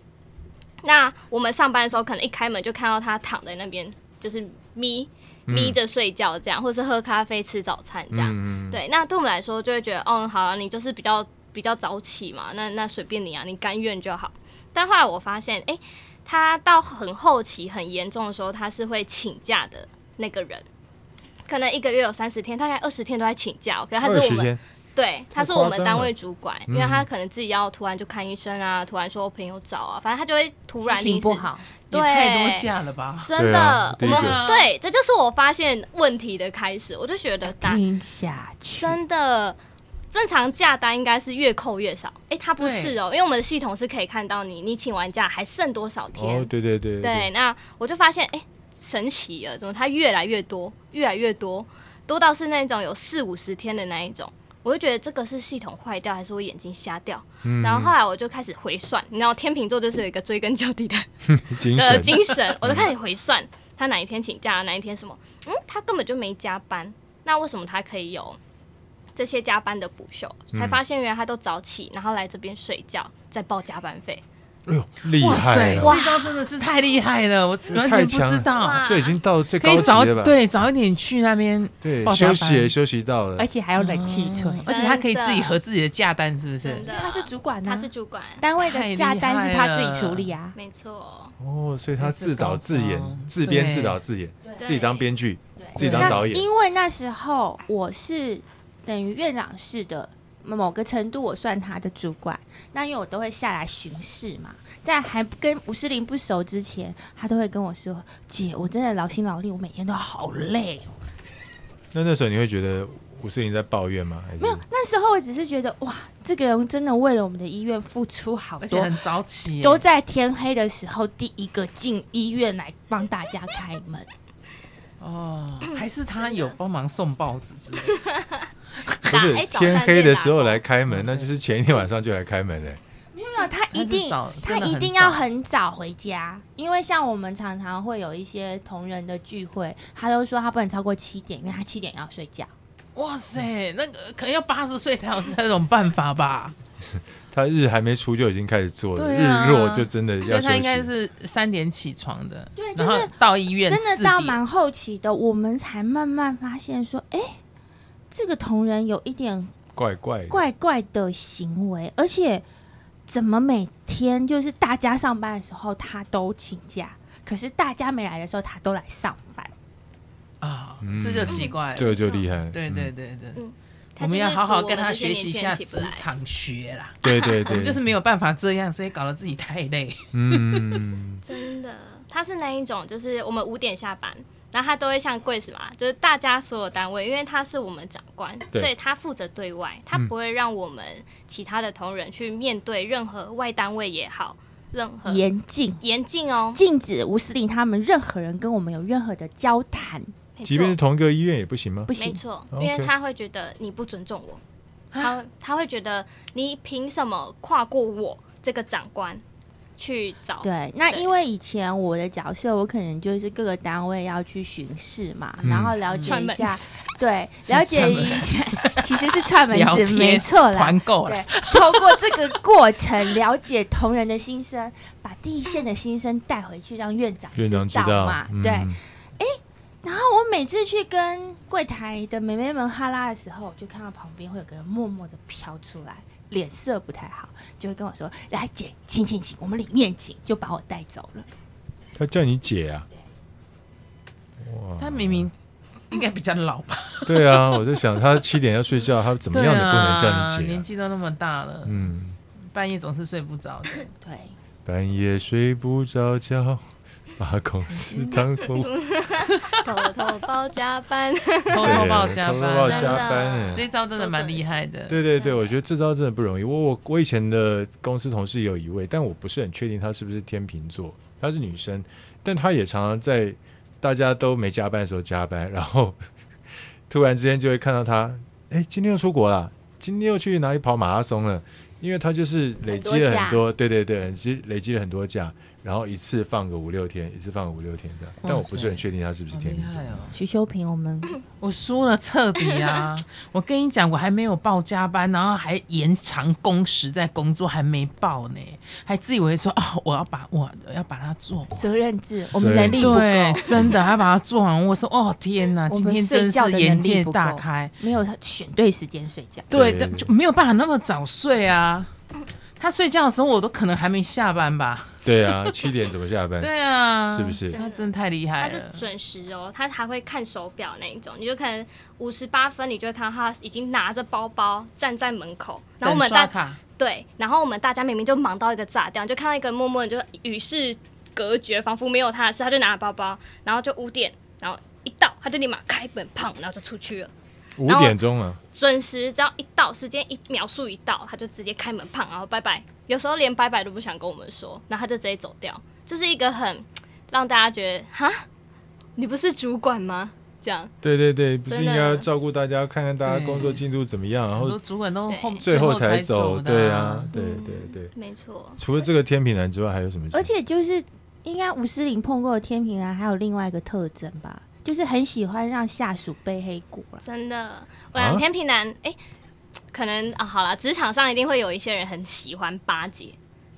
[SPEAKER 4] 那我们上班的时候，可能一开门就看到他躺在那边，就是眯眯着睡觉这样，或是喝咖啡吃早餐这样。
[SPEAKER 1] 嗯，
[SPEAKER 4] 对，那对我们来说就会觉得，哦，好啊，你就是比较比较早起嘛，那那随便你啊，你甘愿就好。但后来我发现，哎、他到很后期很严重的时候，他是会请假的那个人，可能一个月有三十天，大概二十天都在请假哦、可是他
[SPEAKER 1] 二
[SPEAKER 4] 是我
[SPEAKER 1] 十
[SPEAKER 4] 们
[SPEAKER 1] 天，
[SPEAKER 4] 对，
[SPEAKER 1] 太
[SPEAKER 4] 他是我
[SPEAKER 1] 夸
[SPEAKER 4] 们
[SPEAKER 1] 张
[SPEAKER 4] 单
[SPEAKER 1] 了嗯
[SPEAKER 4] 位主管，因为他可能自己要突然就看医生啊，突然说我朋友找啊，反正他就会突然
[SPEAKER 2] 心情
[SPEAKER 4] 临
[SPEAKER 2] 不
[SPEAKER 4] 时
[SPEAKER 2] 好，
[SPEAKER 3] 也
[SPEAKER 4] 对
[SPEAKER 3] 太多假了吧？
[SPEAKER 4] 真
[SPEAKER 1] 对
[SPEAKER 4] 的，
[SPEAKER 1] 啊
[SPEAKER 4] 我
[SPEAKER 1] 第一个
[SPEAKER 4] 们对，这就是我发现问题的开始，我就觉
[SPEAKER 2] 呃
[SPEAKER 4] 得打
[SPEAKER 2] 听下去。
[SPEAKER 4] 真的，正常假单应该是越扣越少。哎、它不是哦、因为我们的系统是可以看到你你请完假还剩多少天。
[SPEAKER 1] 哦，对对对
[SPEAKER 4] 对，那我就发现，哎、神奇了，怎么它越来越多，越来越多，多到是那种有四五十天的那一种。我就觉得这个是系统坏掉，还是我眼睛瞎掉？
[SPEAKER 1] 嗯
[SPEAKER 4] 然后后来我就开始回算，你知道天秤座就是有一个追根究底的
[SPEAKER 1] 精
[SPEAKER 4] 的
[SPEAKER 1] 神
[SPEAKER 4] 精神，我就开始回算他哪一天请假，哪一天 什么。嗯，他根本就没加班，那为什么他可以有这些加班的补休？才发现原来他都早起，然后来这边睡觉，再报加班费。
[SPEAKER 1] 哎呦，厉
[SPEAKER 3] 哇
[SPEAKER 1] 害
[SPEAKER 3] 塞，
[SPEAKER 1] 了！
[SPEAKER 3] 这招真的是太厉害了，我完
[SPEAKER 1] 太
[SPEAKER 3] 全不
[SPEAKER 1] 强
[SPEAKER 3] 知
[SPEAKER 1] 了
[SPEAKER 3] 道
[SPEAKER 4] 哇。
[SPEAKER 1] 这已经到啊最
[SPEAKER 3] 可
[SPEAKER 1] 高
[SPEAKER 3] 以早
[SPEAKER 1] 级了吧？
[SPEAKER 3] 对早一点去那边，
[SPEAKER 1] 对
[SPEAKER 3] 报加
[SPEAKER 1] 休
[SPEAKER 3] 班
[SPEAKER 1] 息也休息到了
[SPEAKER 2] 而。且还有冷气吹，
[SPEAKER 3] 而且他可以自己核自己的价单，是不是
[SPEAKER 4] 真？的，
[SPEAKER 2] 他是主管啊，
[SPEAKER 4] 他是主管，
[SPEAKER 2] 单位的假单是他自己处理啊。
[SPEAKER 4] 没错，
[SPEAKER 1] 哦，所以他
[SPEAKER 3] 这是
[SPEAKER 1] 自导
[SPEAKER 3] 高
[SPEAKER 1] 自演
[SPEAKER 3] 招，
[SPEAKER 1] 自编
[SPEAKER 3] 对
[SPEAKER 1] 自导自演，
[SPEAKER 4] 对
[SPEAKER 1] 自己当编剧，自己
[SPEAKER 3] 对
[SPEAKER 1] 当
[SPEAKER 2] 那
[SPEAKER 1] 导演。
[SPEAKER 2] 因为那时候我是等于院长室的某个程度，我算他的主管。那因为我都会下来巡视嘛，在还跟吴诗玲不熟之前，他都会跟我说：“姐，我真的劳心劳力，我每天都好累哦。
[SPEAKER 1] 那那时候你会觉得吴世林在抱怨吗？还是
[SPEAKER 2] 没有，那时候我只是觉得哇，这个人真的为了我们的医院付出好
[SPEAKER 3] 而且
[SPEAKER 2] 多
[SPEAKER 3] 很，早起耶，
[SPEAKER 2] 都在天黑的时候第一个进医院来帮大家开门。
[SPEAKER 3] 哦，还是他有帮忙送报纸之类的。
[SPEAKER 1] 不是
[SPEAKER 4] 打哎早
[SPEAKER 1] 天
[SPEAKER 4] 上
[SPEAKER 1] 黑
[SPEAKER 4] 在
[SPEAKER 1] 的
[SPEAKER 4] 打
[SPEAKER 1] 时候
[SPEAKER 4] 工
[SPEAKER 1] 来开门，那就是前一天晚上就来开门嘞。
[SPEAKER 2] 没有，他一
[SPEAKER 3] 嗯是
[SPEAKER 2] 定
[SPEAKER 3] 早
[SPEAKER 2] 他
[SPEAKER 3] 真的
[SPEAKER 2] 一
[SPEAKER 3] 很
[SPEAKER 2] 定要
[SPEAKER 3] 早
[SPEAKER 2] 很早回家，因为像我们常常会有一些同仁的聚会，他都说他不能超过七点，因为他七点要睡觉。
[SPEAKER 3] 哇塞，那个可能要八十岁才有这种办法吧？
[SPEAKER 1] 他日还没出就已经开始做了，
[SPEAKER 3] 对啊
[SPEAKER 1] 日落就真的
[SPEAKER 3] 所
[SPEAKER 1] 要
[SPEAKER 3] 以
[SPEAKER 1] 休
[SPEAKER 3] 他应该
[SPEAKER 1] 息。
[SPEAKER 3] 是三点起床的，
[SPEAKER 2] 对就
[SPEAKER 3] 然
[SPEAKER 2] 是
[SPEAKER 3] 后到医院
[SPEAKER 2] 真
[SPEAKER 3] 4
[SPEAKER 2] 的到
[SPEAKER 3] 点
[SPEAKER 2] 蛮后期的，我们才慢慢发现说，哎，这个同仁有一点
[SPEAKER 1] 怪怪的，
[SPEAKER 2] 怪怪的行为，而且怎么每天就是大家上班的时候他都请假，可是大家没来的时候他都来上班。
[SPEAKER 3] 啊
[SPEAKER 1] 嗯，
[SPEAKER 3] 这就奇怪
[SPEAKER 1] 这
[SPEAKER 3] 了。
[SPEAKER 1] 个就厉害了。
[SPEAKER 3] 对
[SPEAKER 1] 嗯
[SPEAKER 3] 对对对，
[SPEAKER 4] 他
[SPEAKER 3] 我
[SPEAKER 4] 就
[SPEAKER 3] 们
[SPEAKER 4] 是
[SPEAKER 3] 要好好
[SPEAKER 4] 赌
[SPEAKER 3] 跟
[SPEAKER 4] 我
[SPEAKER 3] 他
[SPEAKER 4] 们这些
[SPEAKER 3] 学习一
[SPEAKER 4] 年轻
[SPEAKER 3] 下
[SPEAKER 4] 人起不
[SPEAKER 3] 职
[SPEAKER 4] 来
[SPEAKER 3] 场学啦。
[SPEAKER 1] 对对
[SPEAKER 3] 我
[SPEAKER 1] 对，
[SPEAKER 3] 们就是没有办法这样，所以搞得自己太累。
[SPEAKER 1] 嗯，
[SPEAKER 4] 真的，他是那一种，就是我们五点下班，然后他都会像贵子嘛，就是大家所有单位，因为他是我们长官，
[SPEAKER 1] 对
[SPEAKER 4] 所以他负责对外，他
[SPEAKER 1] 嗯
[SPEAKER 4] 不会让我们其他的同仁去面对任何外单位也好，任
[SPEAKER 3] 嗯
[SPEAKER 4] 何
[SPEAKER 2] 严禁
[SPEAKER 4] 严禁哦，
[SPEAKER 2] 禁止吴司令他们任何人跟我们有任何的交谈，
[SPEAKER 4] 没
[SPEAKER 1] 即便是
[SPEAKER 4] 错，
[SPEAKER 1] 同一个医院也不行吗？
[SPEAKER 2] 不
[SPEAKER 4] 没
[SPEAKER 2] 行。啊
[SPEAKER 4] 错，
[SPEAKER 1] OK
[SPEAKER 4] 因为他会觉得你不尊重我，他会他会觉得你凭什么跨过我这个长官去找？
[SPEAKER 2] 对，那
[SPEAKER 4] 对
[SPEAKER 2] 因为以前我的角色，我可能就是各个单位要去巡视嘛，
[SPEAKER 1] 嗯
[SPEAKER 2] 然后了解
[SPEAKER 4] 串
[SPEAKER 2] 一
[SPEAKER 4] 门
[SPEAKER 2] 下
[SPEAKER 4] 子，
[SPEAKER 2] 对，了解
[SPEAKER 3] 串
[SPEAKER 2] 一
[SPEAKER 3] 门
[SPEAKER 2] 下，其实是串门
[SPEAKER 3] 聊
[SPEAKER 2] 子，
[SPEAKER 3] 天
[SPEAKER 2] 没错啦，
[SPEAKER 3] 团购了，
[SPEAKER 2] 对，透过这个过程了解同仁的心声，把第一线的心声带回去，让院长
[SPEAKER 1] 院长知
[SPEAKER 2] 道
[SPEAKER 1] 道
[SPEAKER 2] 嘛。，
[SPEAKER 1] 嗯
[SPEAKER 2] 对，然后我每次去跟柜台的妹妹们哈拉的时候，我就看到旁边会有个人默默的飘出来，脸色不太好，就会跟我说：“来姐，请请请，我们里面请。”就把我带走了。
[SPEAKER 1] 他叫你姐啊。哇
[SPEAKER 3] 他明明应该比较老吧？
[SPEAKER 1] 对 啊，我在想他七点要睡觉，他怎么样也不能叫
[SPEAKER 3] 对
[SPEAKER 1] 你
[SPEAKER 3] 啊
[SPEAKER 1] 姐、
[SPEAKER 3] 年
[SPEAKER 1] 啊。
[SPEAKER 3] 纪都那么大了，
[SPEAKER 1] 嗯，
[SPEAKER 3] 半夜总是睡不着的。
[SPEAKER 2] 对，
[SPEAKER 1] 半夜睡不着觉，把公 司当公
[SPEAKER 4] 偷偷包加班，
[SPEAKER 3] 偷偷报加
[SPEAKER 1] 偷偷报
[SPEAKER 3] 班，啊
[SPEAKER 1] 加班
[SPEAKER 3] 这
[SPEAKER 1] 哎。
[SPEAKER 3] 一招真的蛮厉害的。嗯
[SPEAKER 1] 对对对，我觉得这招真的不容易。我我我以前的公司同事也有一位，但我不是很确定她是不是天秤座，她是女生，但她也常常在大家都没加班的时候加班，然后 突然之间就会看到她，哎，今天又出国了，今天又去哪里跑马拉松了，因为她就是累积了很
[SPEAKER 2] 很
[SPEAKER 1] 多，对对对，积累积了很多假，然后一次放个五六天，一次放个五六天这样。但我不是很确定她是不是
[SPEAKER 3] 好
[SPEAKER 1] 天
[SPEAKER 3] 厉
[SPEAKER 1] 秤座
[SPEAKER 3] 害。哦！
[SPEAKER 2] 徐修平，我们
[SPEAKER 3] 我输了彻底啊！ 我跟你讲，我还没有报加班，然后还延长工时在工作，还没报呢，还自以为说哦，我要把我我要把它做完。
[SPEAKER 2] 责任制，我
[SPEAKER 1] 责
[SPEAKER 2] 们
[SPEAKER 1] 任
[SPEAKER 2] 能力不
[SPEAKER 3] 对
[SPEAKER 2] 够，，
[SPEAKER 3] 真的还把它做完。我说哦天哪，
[SPEAKER 2] 我
[SPEAKER 3] 今
[SPEAKER 2] 们
[SPEAKER 3] 天真
[SPEAKER 2] 睡觉
[SPEAKER 3] 是
[SPEAKER 2] 的
[SPEAKER 3] 眼
[SPEAKER 2] 能力
[SPEAKER 3] 界
[SPEAKER 2] 不
[SPEAKER 3] 大
[SPEAKER 2] 够
[SPEAKER 3] 开。
[SPEAKER 2] 没有选对时间睡觉。
[SPEAKER 3] 对，
[SPEAKER 1] 对
[SPEAKER 3] 但就没有办法那么早睡啊。他睡觉的时候，我都可能还没下班吧。
[SPEAKER 1] 对啊，七点怎么下班？
[SPEAKER 3] 对啊，
[SPEAKER 1] 是不是
[SPEAKER 3] 他真的太厉
[SPEAKER 4] 他
[SPEAKER 3] 害
[SPEAKER 4] 是
[SPEAKER 3] 了。
[SPEAKER 4] 准时哦，他还会看手表那一种，你就可能五十八分，你就会看到他已经拿着包包站在门口，然后
[SPEAKER 3] 等
[SPEAKER 4] 我们
[SPEAKER 3] 刷
[SPEAKER 4] 大
[SPEAKER 3] 卡，
[SPEAKER 4] 对，然后我们大家明明就忙到一个炸掉，就看到一个默默就与世隔绝，仿佛没有他的事，他就拿着包包，然后就五点，然后一到他就立马开门，砰，然后就出去了。
[SPEAKER 1] 五
[SPEAKER 4] 然后
[SPEAKER 1] 点钟啊了，
[SPEAKER 4] 准时，只要一到时间一描述一到，他就直接开门胖，然后拜拜。有时候连拜拜都不想跟我们说，然后他就直接走掉，就是一个很让大家觉得哈，你不是主管吗？这样
[SPEAKER 1] 对对对，不是
[SPEAKER 4] 真
[SPEAKER 1] 应
[SPEAKER 4] 的
[SPEAKER 1] 该要照顾大家，看看大家工作进度怎么样，然
[SPEAKER 3] 很
[SPEAKER 1] 后
[SPEAKER 3] 多主管都后
[SPEAKER 4] 对
[SPEAKER 1] 最后才
[SPEAKER 3] 才
[SPEAKER 1] 走，
[SPEAKER 3] 的
[SPEAKER 1] 对啊，，对
[SPEAKER 4] 嗯
[SPEAKER 1] 对对。
[SPEAKER 4] 没错，
[SPEAKER 1] 除了这个天平男之外，还有什么事？
[SPEAKER 2] 而且就是应该吴思玲碰过的天平啊，还有另外一个特征吧，就是很喜欢让下属背黑锅啊。
[SPEAKER 4] 真的，我
[SPEAKER 1] 啊
[SPEAKER 4] 想天平男，哎、可能啊，好了，职场上一定会有一些人很喜欢巴结。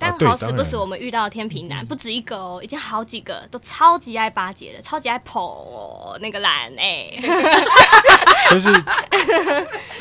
[SPEAKER 4] 但
[SPEAKER 1] 对
[SPEAKER 4] 好死
[SPEAKER 1] 当
[SPEAKER 4] 不死，
[SPEAKER 1] 然嗯
[SPEAKER 4] 我们遇到的天平男不止一个哦，已经好几个都超级爱巴结的，超级爱捧那个懒哎、
[SPEAKER 1] 就是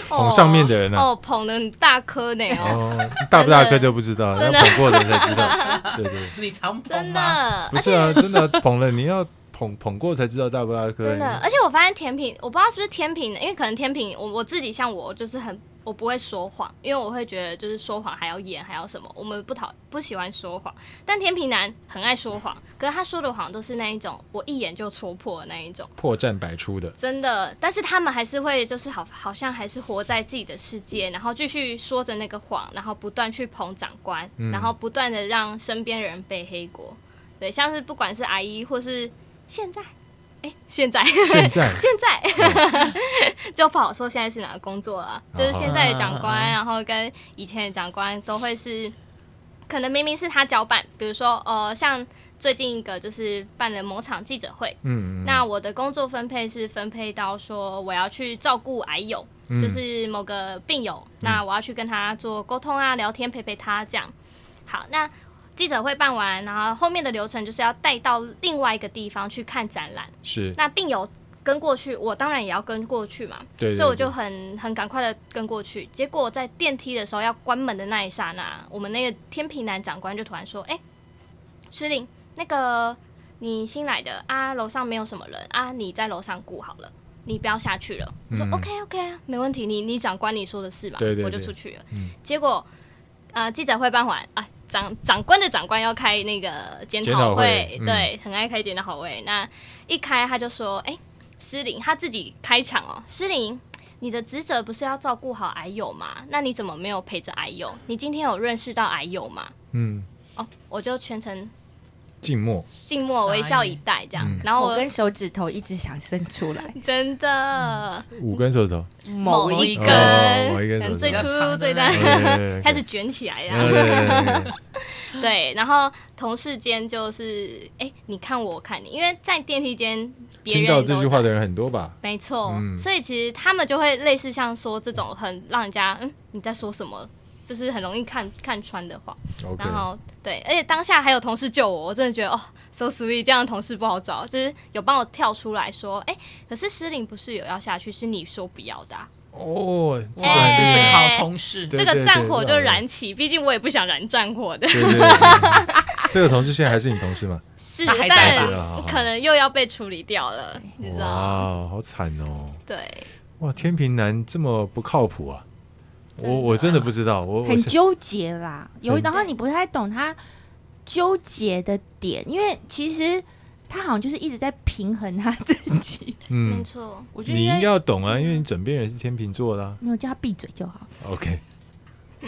[SPEAKER 1] 捧上面的人啊
[SPEAKER 4] 哦，捧的很大颗呢哦，
[SPEAKER 1] 哦，大不大颗就不知道，要
[SPEAKER 4] 真的
[SPEAKER 1] 捧过的人才知道。对对，
[SPEAKER 3] 你常碰
[SPEAKER 4] 真
[SPEAKER 3] 吗？
[SPEAKER 4] 的，
[SPEAKER 1] 不是啊，真的捧了，你要捧捧过才知道大不大颗。
[SPEAKER 4] 真的，而且我发现甜品，我不知道是不是天平的，因为可能天平，我我自己像我就是很，我不会说谎，因为我会觉得就是说谎还要演还要什么，我们不讨不喜欢说谎，但天平男很爱说谎，可是他说的谎都是那一种我一眼就戳破的那一种，
[SPEAKER 1] 破绽百出的，
[SPEAKER 4] 真的，但是他们还是会就是好好像还是活在自己的世界，然后继续说着那个谎，然后不断去捧长官，
[SPEAKER 1] 嗯
[SPEAKER 4] 然后不断的让身边人背黑锅，对，像是不管是阿姨或是现在。哎，现在
[SPEAKER 1] 现在
[SPEAKER 4] 现在 就不好说现在是哪个工作了，就是现在的长官，
[SPEAKER 3] 啊
[SPEAKER 4] 然后跟以前的长官都会是，可能明明是他交办，比如说呃，像最近一个就是办了某场记者会，
[SPEAKER 1] 嗯，嗯
[SPEAKER 4] 那我的工作分配是分配到说我要去照顾癌友，
[SPEAKER 1] 嗯
[SPEAKER 4] 就是某个病友，那我要去跟他做沟通啊、聊天、陪陪他这样。好，那记者会办完，然后后面的流程就是要带到另外一个地方去看展览。
[SPEAKER 1] 是
[SPEAKER 4] 那病友跟过去，我当然也要跟过去嘛，
[SPEAKER 1] 对对
[SPEAKER 4] 所以我就
[SPEAKER 1] 对
[SPEAKER 4] 很很赶快的跟过去。结果在电梯的时候要关门的那一刹那，我们那个天平男长官就突然说：“哎、司令，那个你新来的啊，楼上没有什么人啊，你在楼上顾好了。”你不要下去了，我说
[SPEAKER 1] 嗯
[SPEAKER 4] OK OK 啊，没问题，你你长官你说的是嘛，
[SPEAKER 1] 对对
[SPEAKER 4] 我就
[SPEAKER 1] 对
[SPEAKER 4] 出去了。
[SPEAKER 1] 嗯
[SPEAKER 4] 结果呃记者会办完啊，长长官的长官要开那个检
[SPEAKER 1] 检讨
[SPEAKER 4] 讨
[SPEAKER 1] 会嗯
[SPEAKER 4] 对，很爱开检讨会。那一开他就说：“哎、诗玲，他自己开场哦，诗玲。”你的职责不是要照顾好癌友吗？那你怎么没有陪着癌友？你今天有认识到癌友吗？
[SPEAKER 1] 嗯，
[SPEAKER 4] 哦，我就全程
[SPEAKER 1] 静默，
[SPEAKER 4] 静默微笑以待这样。
[SPEAKER 1] 嗯
[SPEAKER 4] 然后
[SPEAKER 2] 哦我
[SPEAKER 4] 我
[SPEAKER 2] 跟手指头一直想伸出来，
[SPEAKER 4] 真的
[SPEAKER 1] 五根手指头，
[SPEAKER 2] 嗯某
[SPEAKER 4] 一
[SPEAKER 2] 一
[SPEAKER 4] 根，
[SPEAKER 1] 根哦某一根
[SPEAKER 4] 可能
[SPEAKER 1] 手
[SPEAKER 4] 最
[SPEAKER 1] 指头
[SPEAKER 4] 粗最
[SPEAKER 3] 比较
[SPEAKER 4] 大
[SPEAKER 3] 长，
[SPEAKER 4] 开始卷起来
[SPEAKER 1] 哦对
[SPEAKER 4] 呀。
[SPEAKER 1] 对对
[SPEAKER 4] 对，然后同事间就是，哎、你看我，我看你，因为在电梯间 别
[SPEAKER 1] 听到
[SPEAKER 4] 人
[SPEAKER 1] 这
[SPEAKER 4] 都
[SPEAKER 1] 句话
[SPEAKER 4] 在
[SPEAKER 1] 的人很多吧？
[SPEAKER 4] 没错，
[SPEAKER 1] 嗯
[SPEAKER 4] 所以其实他们就会类似像说这种很让人家嗯你在说什么，就是很容易看看穿的话。
[SPEAKER 1] OK，
[SPEAKER 4] 然后对，而且当下还有同事救我，我真的觉得哦，so sweet，这样的同事不好找，就是有帮我跳出来说，哎、可是诗玲不是有要下去，是你说不要的啊、
[SPEAKER 1] 哦，这个
[SPEAKER 3] 哇，
[SPEAKER 1] 很
[SPEAKER 3] 这是个
[SPEAKER 1] 重
[SPEAKER 3] 好同事，
[SPEAKER 1] 对
[SPEAKER 4] 这个战火就燃起，毕竟我也不想燃战火的，
[SPEAKER 1] 要对对对， 这个同事现在还是你同事吗？
[SPEAKER 4] 是，
[SPEAKER 3] 他还在
[SPEAKER 4] 但
[SPEAKER 1] 吧好好
[SPEAKER 4] 可能又要被处理掉了，你知道？
[SPEAKER 1] 哇，好惨哦！
[SPEAKER 4] 对，
[SPEAKER 1] 哇，天平男这么不靠谱啊！我我真的不知道，我我
[SPEAKER 2] 很
[SPEAKER 1] 是
[SPEAKER 2] 纠结啦，有
[SPEAKER 1] 很
[SPEAKER 2] 然后你不太懂他纠结的点，因为其实他好像就是一直在平衡他自己，
[SPEAKER 1] 嗯
[SPEAKER 4] 没，错，
[SPEAKER 3] 我觉得
[SPEAKER 1] 你
[SPEAKER 3] 应
[SPEAKER 1] 应该
[SPEAKER 3] 该
[SPEAKER 1] 要懂啊，因为你枕边人是天秤座的啊。
[SPEAKER 2] 没有叫他闭嘴就好。
[SPEAKER 1] OK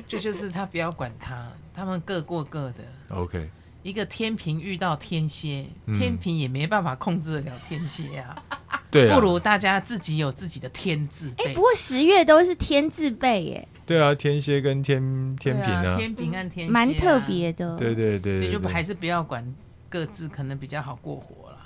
[SPEAKER 3] 这就是他不要管他，他们各过各的。
[SPEAKER 1] OK，
[SPEAKER 3] 一个天平遇到天蝎，
[SPEAKER 1] 嗯
[SPEAKER 3] 天平也没办法控制得了天蝎啊，
[SPEAKER 1] 对啊，
[SPEAKER 3] 不如大家自己有自己的天字
[SPEAKER 2] 哎、
[SPEAKER 3] 辈
[SPEAKER 2] 不。过十月都是天字辈耶，
[SPEAKER 1] 对啊，天蝎跟天天平
[SPEAKER 3] 对
[SPEAKER 1] 啊，
[SPEAKER 3] 天平和天蝎啊
[SPEAKER 2] 蛮特，别的。
[SPEAKER 1] 对对对
[SPEAKER 3] 所
[SPEAKER 1] 对
[SPEAKER 3] 以就
[SPEAKER 1] 对，
[SPEAKER 3] 还是不要管各自，可能比较好过活了。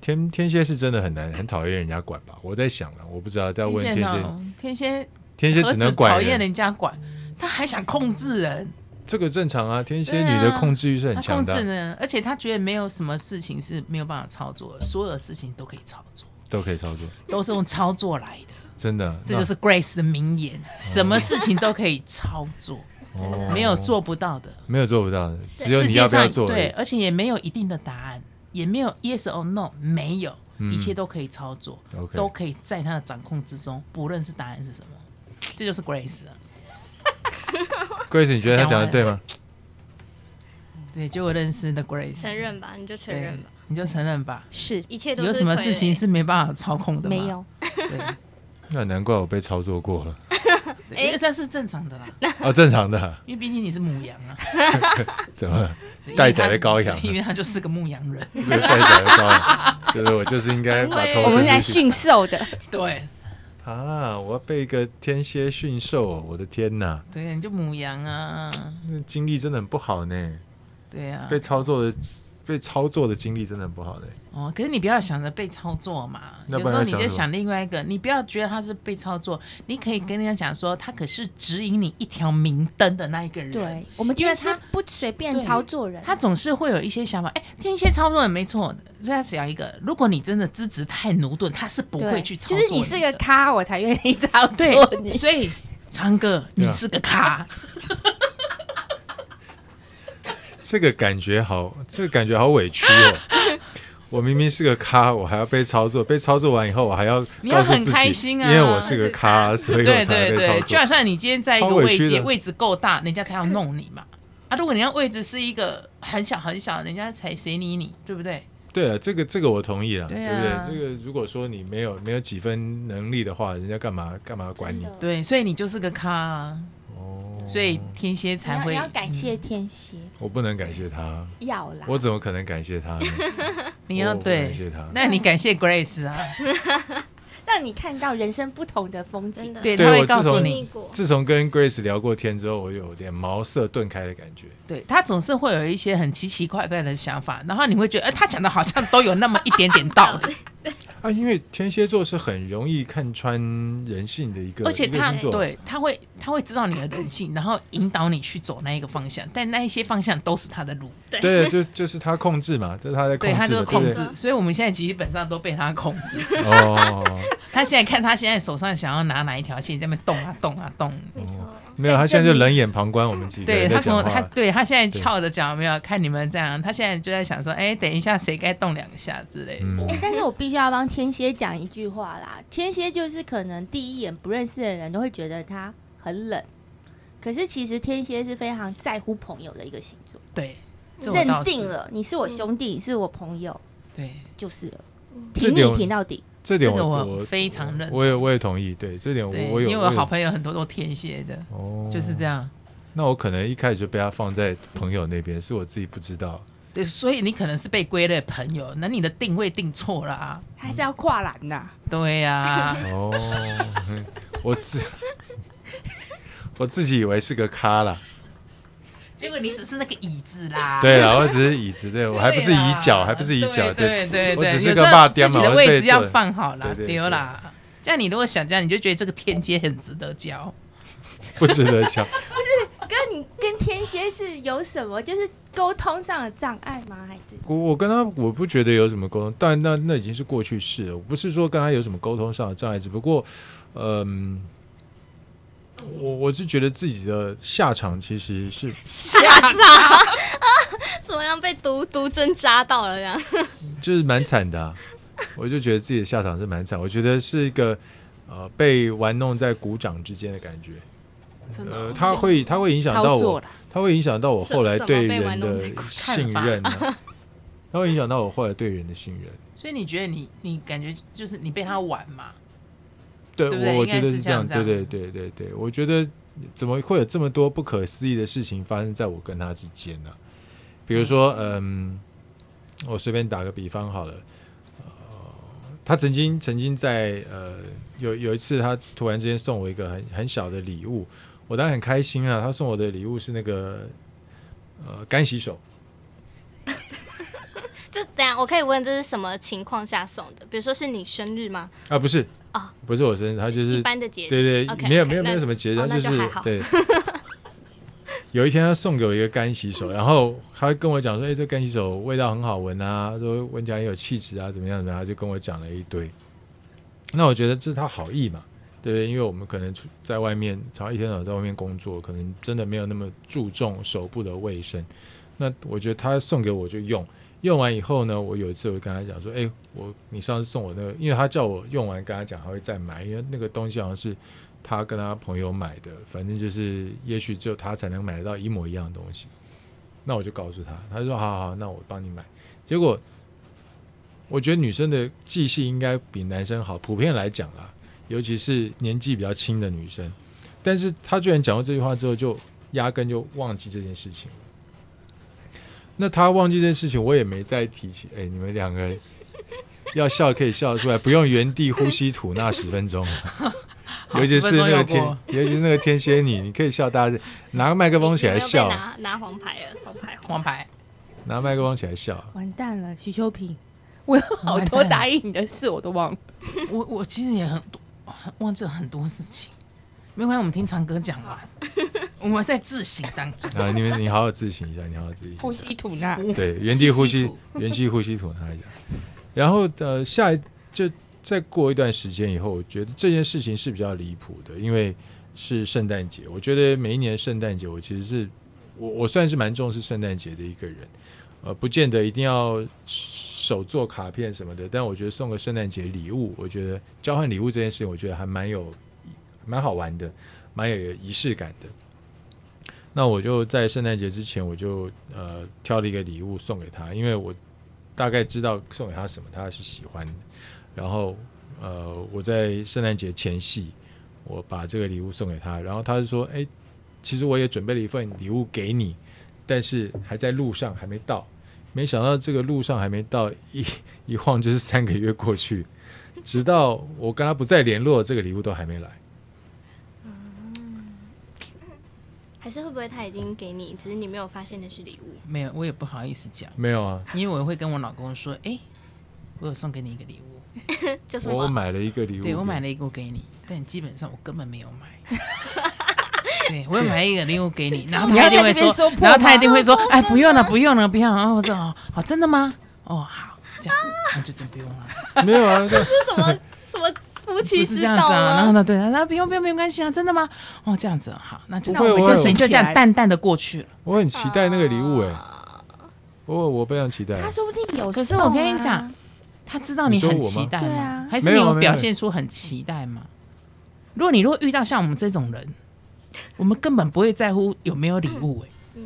[SPEAKER 1] 天天蝎是真的很难，很讨厌人家管吧？我在想了，我不知道在问天蝎，
[SPEAKER 3] 呢，天蝎
[SPEAKER 1] 天蝎
[SPEAKER 3] 何
[SPEAKER 1] 只
[SPEAKER 3] 止
[SPEAKER 1] 能管
[SPEAKER 3] 讨厌
[SPEAKER 1] 人，
[SPEAKER 3] 人家管，他还想控制人，
[SPEAKER 1] 这个正常啊。天蝎
[SPEAKER 3] 对啊
[SPEAKER 1] 女的控制欲是很
[SPEAKER 3] 他
[SPEAKER 1] 强
[SPEAKER 3] 控
[SPEAKER 1] 的
[SPEAKER 3] 制
[SPEAKER 1] 啊，
[SPEAKER 3] 人，而且他觉得没有什么事情是没有办法操作的，所有事情都可以操作，
[SPEAKER 1] 都可以操作，
[SPEAKER 3] 都是用操作来 的。
[SPEAKER 1] 真的。
[SPEAKER 3] 这就是 Grace 的名言，什么事情都可以操作，
[SPEAKER 1] 那 哦
[SPEAKER 3] 没有做不到的。
[SPEAKER 1] 没有做不到的，只有
[SPEAKER 3] 世
[SPEAKER 1] 你
[SPEAKER 3] 界
[SPEAKER 1] 要不要
[SPEAKER 3] 上
[SPEAKER 1] 做而已。
[SPEAKER 3] 对，而且也没有一定的答案，也没有 yes or no，没有，一切都可以操作，
[SPEAKER 1] 嗯 OK
[SPEAKER 3] 都可以在他的掌控之中，不论是答案是什么，这就是 Grace 啊。
[SPEAKER 1] Grace，你觉得他
[SPEAKER 3] 讲
[SPEAKER 1] 讲的
[SPEAKER 3] 完
[SPEAKER 1] 对吗？
[SPEAKER 3] 对，就我认识的 Grace，
[SPEAKER 4] 承认吧，你就承
[SPEAKER 3] 对
[SPEAKER 4] 认吧，，
[SPEAKER 3] 你就承认吧。
[SPEAKER 2] 是
[SPEAKER 4] 一切都是
[SPEAKER 3] 有什么
[SPEAKER 4] 傀儡
[SPEAKER 3] 事情是没办法操控的吗？
[SPEAKER 2] 没，有
[SPEAKER 3] 对，
[SPEAKER 1] 那难怪我被操作过了，
[SPEAKER 3] 对因为这是正常的啦，
[SPEAKER 1] 哦，正常的啊，
[SPEAKER 3] 因为毕竟你是母 羊啊，
[SPEAKER 1] 怎么了
[SPEAKER 3] 对
[SPEAKER 1] 待宰的羔羊啊？
[SPEAKER 3] 因为他就是个牧羊人，
[SPEAKER 1] 这个待宰的羔羊， 就是我就是应该把头
[SPEAKER 2] 我们
[SPEAKER 1] 伸出
[SPEAKER 2] 来
[SPEAKER 1] 去
[SPEAKER 2] 驯兽 的，
[SPEAKER 3] 对
[SPEAKER 1] 啊！我要被一个天蝎驯兽哦，我的天哪，
[SPEAKER 3] 对，你就母羊啊，
[SPEAKER 1] 那经历真的很不好呢，
[SPEAKER 3] 对啊
[SPEAKER 1] 被，操作的。被操作的经历真的很不好呢。
[SPEAKER 3] 哦，可是你不要想着被操作嘛，
[SPEAKER 1] 那
[SPEAKER 3] 有
[SPEAKER 1] 不
[SPEAKER 3] 时
[SPEAKER 1] 然要
[SPEAKER 3] 候你
[SPEAKER 1] 想
[SPEAKER 3] 就
[SPEAKER 1] 什么
[SPEAKER 3] 想另外一个，你不要觉得他是被操作，你可以跟人家讲说，他可是指引你一条明灯的那一个人，
[SPEAKER 2] 对，我们
[SPEAKER 3] 因为
[SPEAKER 2] 天蝎
[SPEAKER 3] 他
[SPEAKER 2] 不随便
[SPEAKER 3] 对
[SPEAKER 2] 操作人，
[SPEAKER 3] 他总是会有一些想法。哎、天蝎操作也没错，所以他讲一个，如果你真的资质太驽钝，他是不
[SPEAKER 2] 对
[SPEAKER 3] 会去操
[SPEAKER 2] 就
[SPEAKER 3] 作
[SPEAKER 2] 是
[SPEAKER 3] 的
[SPEAKER 2] 你是个咖，我才愿 意操作
[SPEAKER 3] 对，
[SPEAKER 2] 你。
[SPEAKER 3] 所以昌哥，
[SPEAKER 1] 对啊
[SPEAKER 3] 你是个咖，
[SPEAKER 1] 这个感觉好，这个感觉好委屈哦。 我明明是个咖，我还要被操作，被操作完以后，我还要
[SPEAKER 3] 你
[SPEAKER 1] 告
[SPEAKER 3] 要
[SPEAKER 1] 诉
[SPEAKER 3] 很
[SPEAKER 1] 自己，
[SPEAKER 3] 开心啊
[SPEAKER 1] 因为我是个咖，所以我
[SPEAKER 3] 对
[SPEAKER 1] 才
[SPEAKER 3] 对
[SPEAKER 1] 被
[SPEAKER 3] 对，
[SPEAKER 1] 操
[SPEAKER 3] 就
[SPEAKER 1] 作
[SPEAKER 3] 好。像你今天在一个
[SPEAKER 1] 超委
[SPEAKER 3] 位
[SPEAKER 1] 屈
[SPEAKER 3] 置
[SPEAKER 1] 的
[SPEAKER 3] 位置够大，人家才要弄你嘛。啊，如果你要位置是一个很小很小，人家才谁理你，对不对？
[SPEAKER 1] 对啊，这个这个我同意了，
[SPEAKER 3] 对
[SPEAKER 1] 对
[SPEAKER 3] 啊
[SPEAKER 1] 不对？这个如果说你没有没有几分能力的话，人家干嘛干嘛管你？
[SPEAKER 3] 对，所以你就是个咖啊，
[SPEAKER 1] 哦，
[SPEAKER 3] 所以天蝎才
[SPEAKER 2] 你要
[SPEAKER 3] 会嗯
[SPEAKER 2] 你要感谢天蝎，
[SPEAKER 1] 我不能感谢他，
[SPEAKER 2] 要啦。
[SPEAKER 1] 我怎么可能感谢他呢？
[SPEAKER 3] 你要
[SPEAKER 1] 哦我不
[SPEAKER 3] 对
[SPEAKER 1] 感谢他
[SPEAKER 3] 那你感谢 Grace 啊，
[SPEAKER 2] 让你看到人生不同的风
[SPEAKER 4] 真
[SPEAKER 2] 景。
[SPEAKER 4] 的
[SPEAKER 3] 对，
[SPEAKER 1] 对
[SPEAKER 3] 他
[SPEAKER 1] 我
[SPEAKER 3] 会
[SPEAKER 1] 自
[SPEAKER 3] 告诉
[SPEAKER 1] 从
[SPEAKER 3] 你，
[SPEAKER 1] 自从跟 Grace 聊过天之后，我有点茅塞顿开的感觉。
[SPEAKER 3] 对他总是会有一些很奇奇怪怪的想法，然后你会觉得，哎、他讲的好像都有那么一点点道 理，
[SPEAKER 1] 啊，因为天蝎座是很容易看穿人性的一个，
[SPEAKER 3] 而且
[SPEAKER 1] 一个
[SPEAKER 3] 他
[SPEAKER 1] 星座，
[SPEAKER 3] 对他会他会知道你的人性，然后引导你去走那一个方向，但那一些方向都是他的路，
[SPEAKER 1] 对，就就是他控制嘛，这是他在控
[SPEAKER 3] 对
[SPEAKER 1] 制
[SPEAKER 3] 他
[SPEAKER 1] 嘛，
[SPEAKER 3] 就是控
[SPEAKER 1] 对
[SPEAKER 3] 制，所以我们现在基本上都被他控制。
[SPEAKER 1] 不对哦，
[SPEAKER 3] 他现在看他现在手上想要拿哪一条线，在那边动啊动啊动。
[SPEAKER 4] 没错，
[SPEAKER 1] 没有，他现在就冷眼旁观我们几个
[SPEAKER 3] 对
[SPEAKER 1] 人在
[SPEAKER 3] 他
[SPEAKER 1] 讲
[SPEAKER 3] 从
[SPEAKER 1] 话啊
[SPEAKER 3] 他
[SPEAKER 1] 了，
[SPEAKER 3] 对他现在翘着脚有没有看你们这样，他现在就在想说，哎，等一下谁该动两下之类的。
[SPEAKER 1] 嗯
[SPEAKER 2] 哎、但是我必须要帮天蝎讲一句话啦。天蝎就是可能第一眼不认识的人都会觉得他很冷，可是其实天蝎是非常在乎朋友的一个星座，
[SPEAKER 3] 对，这我
[SPEAKER 2] 认
[SPEAKER 3] 倒是
[SPEAKER 2] 定了你是我兄弟，你是我朋友，
[SPEAKER 3] 对，
[SPEAKER 2] 就是了，
[SPEAKER 1] 这
[SPEAKER 2] 挺
[SPEAKER 1] 点
[SPEAKER 2] 你
[SPEAKER 1] 我
[SPEAKER 2] 挺到底。
[SPEAKER 1] 这点
[SPEAKER 3] 这个
[SPEAKER 1] 我
[SPEAKER 3] 我非常认
[SPEAKER 1] 我也我也同意，对这点我
[SPEAKER 3] 对，
[SPEAKER 1] 我有
[SPEAKER 3] 因为
[SPEAKER 1] 我
[SPEAKER 3] 我
[SPEAKER 1] 有
[SPEAKER 3] 好朋友很多都天蝎的，
[SPEAKER 1] 哦
[SPEAKER 3] 就是这样。
[SPEAKER 1] 那我可能一开始就被他放在朋友那边，是我自己不知道。
[SPEAKER 3] 对，所以你可能是被归类朋友，那你的定位定错了啊。
[SPEAKER 2] 还是要跨栏呐、
[SPEAKER 3] 对啊呀、
[SPEAKER 1] 哦， 我自我自己以为是个咖啦。
[SPEAKER 3] 结果你只是那个椅子啦。
[SPEAKER 1] 对了，我只是椅子，对我还不是椅脚，
[SPEAKER 3] 对啦
[SPEAKER 1] 还不是椅脚，
[SPEAKER 3] 对对对，
[SPEAKER 1] 我只是
[SPEAKER 3] 有
[SPEAKER 1] 个
[SPEAKER 3] 时候
[SPEAKER 1] 霸点嘛
[SPEAKER 3] 自己的
[SPEAKER 1] 我
[SPEAKER 3] 位
[SPEAKER 1] 被
[SPEAKER 3] 置要
[SPEAKER 1] 做
[SPEAKER 3] 放好啦
[SPEAKER 1] 对，对对
[SPEAKER 3] 丢啦。这样你如果想这样，你就觉得这个天蝎很值得交。
[SPEAKER 1] 不值得笑。
[SPEAKER 2] 跟你跟天蝎是有什么就是沟通上的障碍吗？还是
[SPEAKER 1] 我我跟他我不觉得有什么沟通，但那那已经是过去式了。我不是说跟他有什么沟通上的障碍，只不过，嗯、我我是觉得自己的下场其实是
[SPEAKER 4] 傻傻， 怎么样被毒毒针扎到了这样？
[SPEAKER 1] 就是蛮惨的啊、我就觉得自己的下场是蛮惨，我觉得是一个呃被玩弄在鼓掌之间的感觉。
[SPEAKER 2] 嗯
[SPEAKER 3] 真哦
[SPEAKER 4] 哦
[SPEAKER 1] 呃，它会它会影响到
[SPEAKER 2] 操作
[SPEAKER 1] 我，
[SPEAKER 2] 啦？
[SPEAKER 1] 它会影响到我后来
[SPEAKER 4] 什
[SPEAKER 1] 对
[SPEAKER 4] 什么被玩
[SPEAKER 1] 人
[SPEAKER 4] 弄
[SPEAKER 1] 的
[SPEAKER 4] 在鼓
[SPEAKER 3] 掌
[SPEAKER 1] 信任、 啊，它会影响到我后来对人的信任。
[SPEAKER 3] 所以你觉得你你感觉就是你被他玩嘛？
[SPEAKER 1] 对，
[SPEAKER 3] 对不对
[SPEAKER 1] 我我
[SPEAKER 3] 应该
[SPEAKER 1] 觉得
[SPEAKER 3] 是
[SPEAKER 1] 是
[SPEAKER 3] 这样啊
[SPEAKER 1] 对
[SPEAKER 3] 这
[SPEAKER 1] 对对
[SPEAKER 3] 样
[SPEAKER 1] 对对，我觉得怎么会有这么多不可思议的事情发生在我跟他之间呢、比如说，嗯，我随便打个比方好了，呃，他曾经曾经在呃有有一次，他突然之间送我一个很很小的礼物，我当然很开心啊。他送我的礼物是那个呃干洗手，
[SPEAKER 4] 这等一下我可以问这是什么情况下送的？比如说是你生日吗？
[SPEAKER 1] 啊，不是
[SPEAKER 3] 哦
[SPEAKER 4] 啊，
[SPEAKER 1] 不是我生日，他就
[SPEAKER 4] 一
[SPEAKER 1] 是
[SPEAKER 4] 般的节日，
[SPEAKER 1] 对对
[SPEAKER 4] OK，
[SPEAKER 1] 没有
[SPEAKER 4] OK，
[SPEAKER 1] 没有没有
[SPEAKER 4] 那
[SPEAKER 1] 什么节日，
[SPEAKER 4] 哦
[SPEAKER 1] 他
[SPEAKER 4] 那
[SPEAKER 1] 就
[SPEAKER 4] 就是还好
[SPEAKER 1] 对。有一天他送给我一个干洗手，然后他跟我讲说：“哎、这干洗手味道很好闻啊，说闻起来很有气质啊，怎么样怎么样。”他就跟我讲了一堆。那我觉得这是他好意嘛，对不对？因为我们可能出在外面，常一天到晚在外面工作，可能真的没有那么注重手部的卫生。那我觉得他送给我就用，用完以后呢，我有一次我就跟他讲说：“哎、我你上次送我那个，因为他叫我用完跟他讲还会再买，因为那个东西好像是他跟他朋友买的，反正就是也许只有他才能买得到一模一样的东西。”那我就告诉他，他说：“好好，好那我帮你买。”结果我觉得女生的记性应该比男生好，普遍来讲啦，尤其是年纪比较轻的女生。但是他居然讲过这句话之后，就压根就忘记这件事情了。那他忘记这件事情，我也没再提起。哎，你们两个要笑可以笑得出来，不用原地呼吸吐纳十分钟。 尤其是那个
[SPEAKER 3] 10分钟
[SPEAKER 1] 天
[SPEAKER 3] 有过，
[SPEAKER 1] 尤其是那个天蝎女，你可以笑大家拿个麦克风起来
[SPEAKER 4] 你有没有被
[SPEAKER 1] 笑，
[SPEAKER 4] 拿拿黄牌了，黄牌
[SPEAKER 3] 王牌，
[SPEAKER 1] 拿麦克风起来笑。
[SPEAKER 2] 完蛋了，许秋萍，我有好
[SPEAKER 3] 完
[SPEAKER 2] 多
[SPEAKER 3] 蛋了
[SPEAKER 2] 答应你的事我都忘了。
[SPEAKER 3] 我我其实也很多很忘记了很多事情，没关系，我们听长歌讲完， 我们在自省当中。
[SPEAKER 1] 啊，你们你好好自省一下，你好好自省一下。
[SPEAKER 2] 呼吸吐纳，
[SPEAKER 1] 对，原地呼
[SPEAKER 3] 吸
[SPEAKER 1] 吸
[SPEAKER 3] 吐，
[SPEAKER 1] 原地呼吸吐纳一下。然后呃，下一就再过一段时间以后，我觉得这件事情是比较离谱的，因为是圣诞节。我觉得每一年圣诞节，我其实是我我算是蛮重视圣诞节的一个人，呃，不见得一定要手做卡片什么的，但我觉得送个圣诞节礼物，我觉得交换礼物这件事情，我觉得还蛮有蛮好玩的，蛮有仪式感的。那我就在圣诞节之前，我就呃挑了一个礼物送给他，因为我大概知道送给他什么，他是喜欢的。然后呃，我在圣诞节前夕，我把这个礼物送给他，然后他就说：“哎，其实我也准备了一份礼物给你，但是还在路上，还没到。”没想到这个路上还没到，一一晃就是三个月过去，直到我跟他不再联络，这个礼物都还没来。
[SPEAKER 4] 还是会不会他已经给你，只是你没有发现那是礼物？
[SPEAKER 3] 没有，我也不好意思讲，
[SPEAKER 1] 没有啊，
[SPEAKER 3] 因为我会跟我老公说，哎、我有送给你一个礼物，
[SPEAKER 4] 就是
[SPEAKER 1] 我
[SPEAKER 4] 我
[SPEAKER 1] 买了一个礼物给
[SPEAKER 3] 对
[SPEAKER 1] 你，
[SPEAKER 3] 我买了一个给你，但基本上我根本没有买。 对，我买一个礼物给你，然后
[SPEAKER 2] 你
[SPEAKER 3] 他
[SPEAKER 2] 要
[SPEAKER 3] 一定
[SPEAKER 2] 在
[SPEAKER 3] 会
[SPEAKER 2] 那边
[SPEAKER 3] 说
[SPEAKER 2] 说，破
[SPEAKER 3] 然后他
[SPEAKER 2] 吗
[SPEAKER 3] 一定会说，哎，不用了，不用了，不要了。然后我说，哦，好，真的吗？哦，好，这样，那就真不 用了，
[SPEAKER 1] 没有啊，这
[SPEAKER 4] 是什么什么夫
[SPEAKER 3] 不
[SPEAKER 4] 妻
[SPEAKER 3] 是
[SPEAKER 4] 之
[SPEAKER 3] 这样
[SPEAKER 4] 道
[SPEAKER 3] 子啊。然后
[SPEAKER 4] 吗？
[SPEAKER 3] 呢，对，他说不用，不用，没关系啊，真的吗？哦，这样子，好，那就
[SPEAKER 1] 不会
[SPEAKER 3] 我
[SPEAKER 1] 我
[SPEAKER 3] 们就
[SPEAKER 1] 有
[SPEAKER 3] 就这样淡淡的过去了。
[SPEAKER 1] 我很期待那个礼物哎、
[SPEAKER 4] 啊
[SPEAKER 1] 我我非常期待。
[SPEAKER 2] 他说不定有、啊
[SPEAKER 3] 可是我跟你讲，他知道
[SPEAKER 1] 你
[SPEAKER 3] 你
[SPEAKER 1] 说
[SPEAKER 3] 很
[SPEAKER 1] 我吗
[SPEAKER 3] 期待
[SPEAKER 2] 对
[SPEAKER 3] 吗
[SPEAKER 2] 啊？
[SPEAKER 3] 还是
[SPEAKER 1] 没
[SPEAKER 3] 你
[SPEAKER 1] 有啊
[SPEAKER 3] 有
[SPEAKER 1] 没有
[SPEAKER 3] 表
[SPEAKER 1] 没有
[SPEAKER 3] 现出很期待吗？如果你如果遇到像我们这种人，我们根本不会在乎有没有礼物、哎、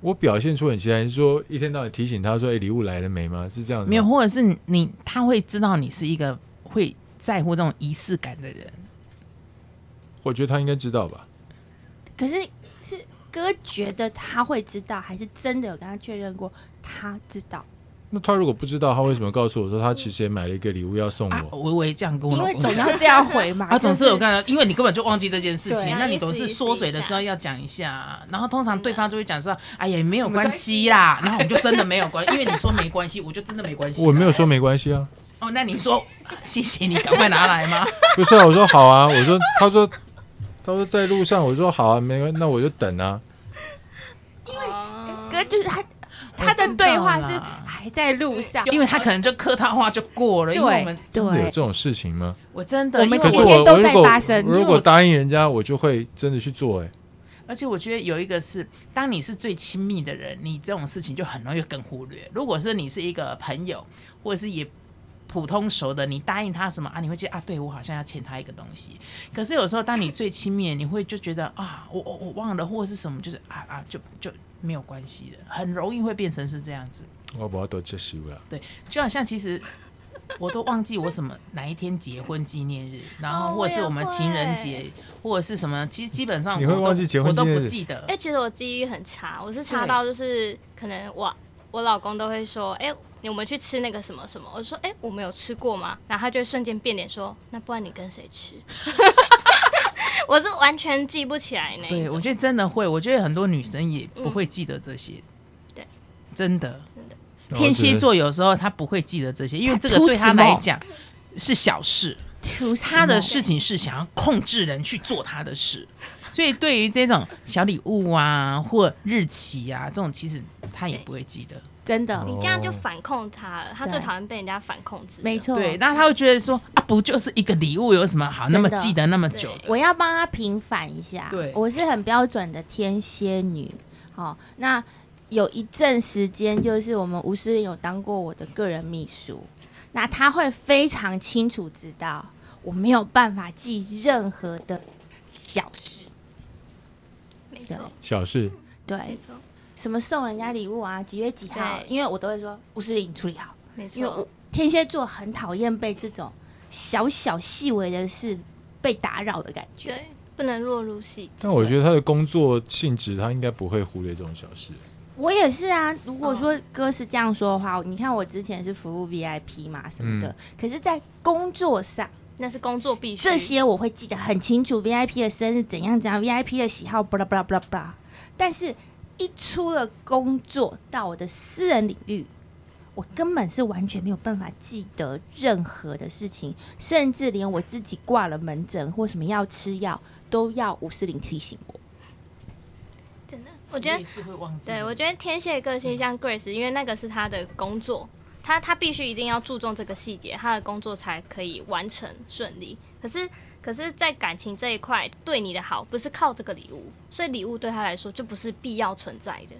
[SPEAKER 1] 我表现出很期待，是说一天到晚提醒他说：“哎，礼物来了没吗？”是这样子吗
[SPEAKER 3] 没有，或者是你他会知道你是一个会在乎这种仪式感的人。
[SPEAKER 1] 我觉得他应该知道吧。
[SPEAKER 2] 可是是哥觉得他会知道，还是真的有跟他确认过他知道？
[SPEAKER 1] 那他如果不知道，他为什么告诉我说他其实也买了一个礼物要送我？
[SPEAKER 3] 啊，我我也这样跟我
[SPEAKER 2] 因
[SPEAKER 3] 老
[SPEAKER 2] 为
[SPEAKER 3] 公
[SPEAKER 2] 总
[SPEAKER 3] 讲
[SPEAKER 2] 要这样回嘛。
[SPEAKER 3] 啊，总是有
[SPEAKER 2] 跟
[SPEAKER 3] 看到，因为你根本就忘记这件事
[SPEAKER 2] 对
[SPEAKER 3] 情，
[SPEAKER 2] 啊
[SPEAKER 3] 那你
[SPEAKER 4] 意思
[SPEAKER 3] 总是
[SPEAKER 4] 意思
[SPEAKER 3] 说
[SPEAKER 4] 一
[SPEAKER 3] 嘴的
[SPEAKER 4] 下
[SPEAKER 3] 时候要讲一下，啊然后通常对
[SPEAKER 4] 嗯
[SPEAKER 3] 方就会讲说，哎呀，没有
[SPEAKER 2] 没关
[SPEAKER 3] 关系啦，然后我们就真的没有关，因为你说没关系，我就真的没关系。
[SPEAKER 1] 我没有说没关系啊，
[SPEAKER 3] 哦，那你说谢谢你，赶快拿来吗？
[SPEAKER 1] 不是啊，我说好啊，我说他说他说在路上，我说好啊，没关，那我就等啊。
[SPEAKER 4] 因为
[SPEAKER 2] 哥就是他
[SPEAKER 3] 我
[SPEAKER 2] 他的
[SPEAKER 3] 知道
[SPEAKER 2] 对话是
[SPEAKER 3] 啦
[SPEAKER 2] 还在路上，
[SPEAKER 3] 因为他可能就客套话就过了，因为我们
[SPEAKER 2] 啊对
[SPEAKER 1] 真的有
[SPEAKER 2] 对
[SPEAKER 1] 这，种事情吗？
[SPEAKER 3] 我真的，
[SPEAKER 2] 我
[SPEAKER 3] 因
[SPEAKER 2] 们
[SPEAKER 3] 为
[SPEAKER 1] 可是
[SPEAKER 2] 每
[SPEAKER 1] 我
[SPEAKER 2] 天
[SPEAKER 1] 我
[SPEAKER 2] 都
[SPEAKER 1] 如
[SPEAKER 2] 在
[SPEAKER 1] 果
[SPEAKER 2] 发生
[SPEAKER 1] 我如果答应人家，我就会真的去做、哎，
[SPEAKER 3] 而且我觉得有一个是，当你是最亲密的人，你这种事情就很容易更忽略。如果是你是一个朋友，或者是也普通熟的，你答应他什么啊，你会觉得啊，对我好像要欠他一个东西。可是有时候当你最亲密的，你会就觉得啊，我我我忘了或者是什么，就是啊啊，就就没有关系了，很容易会变成是这样子。
[SPEAKER 1] 我不要多接受了。
[SPEAKER 3] 就好像其实我都忘记我什么哪一天结婚纪念日，然后
[SPEAKER 4] 哦
[SPEAKER 3] 或者是
[SPEAKER 4] 我也
[SPEAKER 3] 我们情人节，或者是什么，其实基本上
[SPEAKER 1] 哎你会
[SPEAKER 3] 我都
[SPEAKER 1] 忘记结婚
[SPEAKER 3] 我都
[SPEAKER 1] 纪
[SPEAKER 3] 不
[SPEAKER 1] 念日
[SPEAKER 3] 记得
[SPEAKER 4] 哎、。其实我记忆很差，我是差
[SPEAKER 3] 对
[SPEAKER 4] 到就是可能我我老公都会说，哎、我们去吃那个什么什么，我就说，哎、我们有吃过吗？然后他就会瞬间变脸说，那不然你跟谁 吃？我是完全记不起来那一
[SPEAKER 3] 对，我
[SPEAKER 4] 种，嗯
[SPEAKER 3] 觉得真的会，我觉得很多女生也不会记得这些。
[SPEAKER 4] 对，
[SPEAKER 3] 真的，
[SPEAKER 1] 那我
[SPEAKER 3] 天
[SPEAKER 1] 只能
[SPEAKER 3] 蝎座有时候她不会记得这些，因为这个
[SPEAKER 2] 她 too
[SPEAKER 3] 对她来讲是小事，她
[SPEAKER 2] 他
[SPEAKER 3] 的事情是想要控制人去做她的事，所以对于这种小礼物啊或日期啊这种，其实她也不会记得。
[SPEAKER 2] 真的
[SPEAKER 4] 你这样就反控他了，他
[SPEAKER 2] 对
[SPEAKER 4] 最讨厌被人家反控制。
[SPEAKER 2] 没，错。
[SPEAKER 3] 对，那她会觉得说啊，不就是一个礼物，有什么好那么
[SPEAKER 2] 真的
[SPEAKER 3] 记得那么久的？
[SPEAKER 2] 我要帮他平反一下。
[SPEAKER 3] 对
[SPEAKER 2] 我是很标准的天蝎女。好、那有一阵时间，就是我们吴诗有当过我的个人秘书，那他会非常清楚知道我没有办法记任何的小事。
[SPEAKER 4] 没错，
[SPEAKER 1] 小事，
[SPEAKER 4] 没
[SPEAKER 2] 对，
[SPEAKER 4] 错，
[SPEAKER 2] 什么送人家礼物啊，几月几号，
[SPEAKER 4] 对
[SPEAKER 2] 因为我都会说吴诗颖处理好，
[SPEAKER 4] 没
[SPEAKER 2] 因为我
[SPEAKER 4] 错。
[SPEAKER 2] 天蝎座很讨厌被这种小小细微的事被打扰的感觉。
[SPEAKER 4] 对，不能落入细节。
[SPEAKER 1] 但我觉得他的工作性质，他应该不会忽略这种小事。
[SPEAKER 2] 我也是啊。如果说哥是这样说的话，你看我之前是服务 VIP 嘛什么的，
[SPEAKER 1] 嗯
[SPEAKER 2] 可是，在工作上
[SPEAKER 4] 那是工作必须。
[SPEAKER 2] 这些我会记得很清楚，VIP 的生日怎样怎样，VIP 的喜好，巴拉巴拉巴拉巴拉。但是，一出了工作到我的私人领域，我根本是完全没有办法记得任何的事情，甚至连我自己挂了门诊或什么要吃药，都要五四零提醒我。
[SPEAKER 4] 真的，我觉得
[SPEAKER 3] 也是会忘记的。
[SPEAKER 4] 对，我觉得天蝎的个性像 Grace，因为那个是他的工作，他他必须一定要注重这个细节，他的工作才可以完成顺利。可是可是，在感情这一块，对你的好不是靠这个礼物，所以礼物对他来说就不是必要存在的。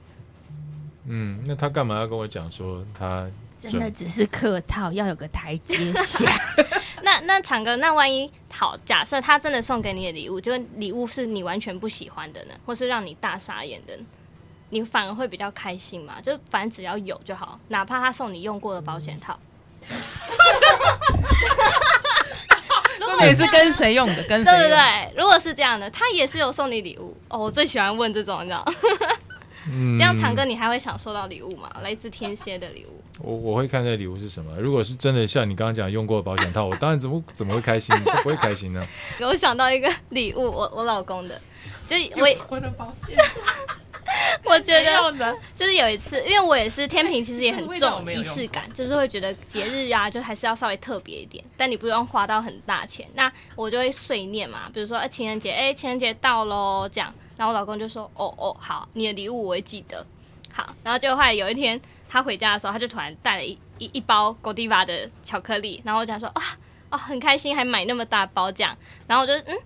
[SPEAKER 1] 嗯，那他干嘛要跟我讲说他
[SPEAKER 2] 真
[SPEAKER 1] 准
[SPEAKER 2] 的只是客套，要有个台阶下。
[SPEAKER 4] 那那场哥，那万一好，假设他真的送给你的礼物，就是礼物是你完全不喜欢的呢，或是让你大傻眼的呢，你反而会比较开心嘛？就反正只要有就好，哪怕他送你用过的保险套，
[SPEAKER 3] 嗯 重点是跟谁用的，跟谁啊
[SPEAKER 4] 对
[SPEAKER 3] 用的。
[SPEAKER 4] 对对，如果是这样的，他也是有送你礼物哦。我最喜欢问这种，你知道？
[SPEAKER 1] 嗯
[SPEAKER 4] 这样长哥，你还会想收到礼物吗？来自天蝎的礼物，
[SPEAKER 1] 嗯我我会看这礼物是什么。如果是真的像你刚刚讲用过的保险套，我当然怎么怎么会开心？不会开心呢？
[SPEAKER 4] 我想到一个礼物，我我老公的，就我
[SPEAKER 3] 我的保险
[SPEAKER 4] 我觉得
[SPEAKER 3] 用的，
[SPEAKER 4] 就是有一次，因为我也是天平，其实也很
[SPEAKER 3] 哎这个味道我
[SPEAKER 4] 重
[SPEAKER 3] 没有
[SPEAKER 4] 仪
[SPEAKER 3] 用过
[SPEAKER 4] 式感，就是会觉得节日啊，就还是要稍微特别一点，但你不用花到很大钱。那我就会碎念嘛，比如说、哎情人节，哎、情人节到喽，这样。然后我老公就说，哦哦，好，你的礼物我会记得。好，然后结果后来有一天他回家的时候，他就突然带了一一一包 Godiva 的巧克力，然后我就想说，啊哦，很开心，还买那么大包这样。然后我就嗯，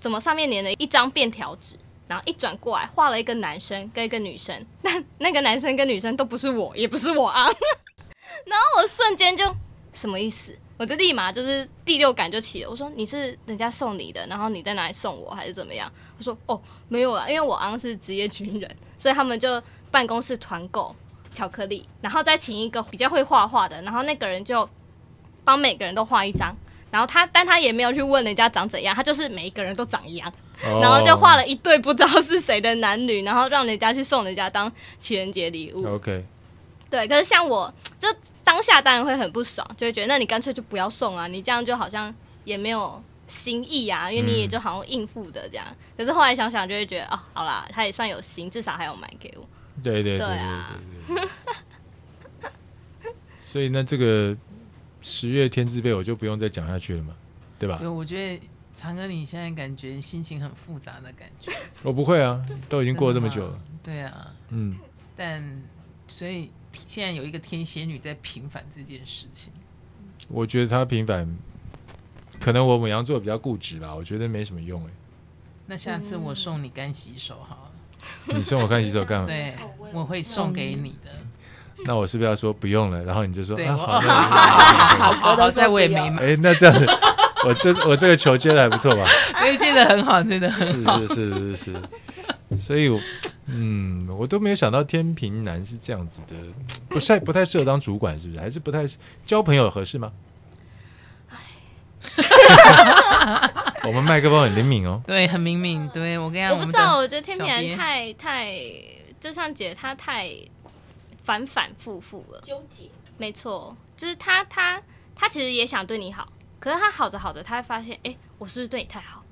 [SPEAKER 4] 怎么上面粘了一张便条纸？然后一转过来，画了一个男生跟一个女生，但那个男 生跟女生都不是我，也不是我啊。然后我瞬间就什么意思？我我就立马就是第六感就起了。我说你是人家送你的，然后你在哪里送我还是怎么样？他说哦没有啦，因为我昂是职业军人，所以他们就办公室团购巧克力，然后再请一个比较会画画的，然后那个人就帮每个人都画一张。然后他，但他也没有去问人家长怎样，他就是每一个人都长一样。
[SPEAKER 1] 哦
[SPEAKER 4] 然后就画了一对不知道是谁的男女，然后让人家去送人家当情人节礼物。
[SPEAKER 1] 哦 OK，
[SPEAKER 4] 对，可是像我这当下当然会很不爽，就会觉得那你干脆就不要送啊，你这样就好像也没有心意啊，因为你也就好像应付的这样。可是后来想想就会觉得啊、好啦，他也算有心，至少还有买给我。
[SPEAKER 1] 对对对对
[SPEAKER 4] 对啊
[SPEAKER 1] 对对。 所以那这个十月天之杯我就不用再讲下去了嘛，对吧
[SPEAKER 3] 对，？我觉得长哥你现在感觉心情很复杂的感觉，已
[SPEAKER 1] 我不会啊，都已经过了这么久了，。
[SPEAKER 3] 对啊，
[SPEAKER 1] 嗯，
[SPEAKER 3] 但所以现在有一个天蝎女在平反这件事情。
[SPEAKER 1] 我觉得他平凡，可能我母羊座比较固执吧，我觉得没什么用哎、
[SPEAKER 3] 那下次我送你干洗手好了，
[SPEAKER 1] 你送我看洗手干嘛？
[SPEAKER 3] 对
[SPEAKER 2] 哦我，也
[SPEAKER 3] 我会送给你的。
[SPEAKER 1] 那我是不是要说不用了？然后你就说
[SPEAKER 3] 对，
[SPEAKER 1] 啊
[SPEAKER 3] 我
[SPEAKER 1] 好
[SPEAKER 3] 好
[SPEAKER 1] 那我
[SPEAKER 3] 好
[SPEAKER 2] 好
[SPEAKER 3] 好好，在我也没 买，
[SPEAKER 1] 哎、那这样子，我这我这个球接的还不错吧？
[SPEAKER 3] 所以接的很好，真的很好。
[SPEAKER 1] 是是是是是，所以我，嗯，我都没有想到天平男是这样子的，不太不太适合当主管，是不是？还是不太交朋友合适吗？我们麦克风很灵敏哦，
[SPEAKER 3] 对，很明明。对我跟你讲，
[SPEAKER 4] 我不知道，
[SPEAKER 3] 们的
[SPEAKER 4] 我觉得天秤
[SPEAKER 3] 小
[SPEAKER 4] 男
[SPEAKER 3] 编
[SPEAKER 4] 太太，就像姐她太反反复复了。
[SPEAKER 2] 纠结。
[SPEAKER 4] 没错，就是他他他其实也想对你好，可是他好着好着，他会发现，哎、我是不是对你太好？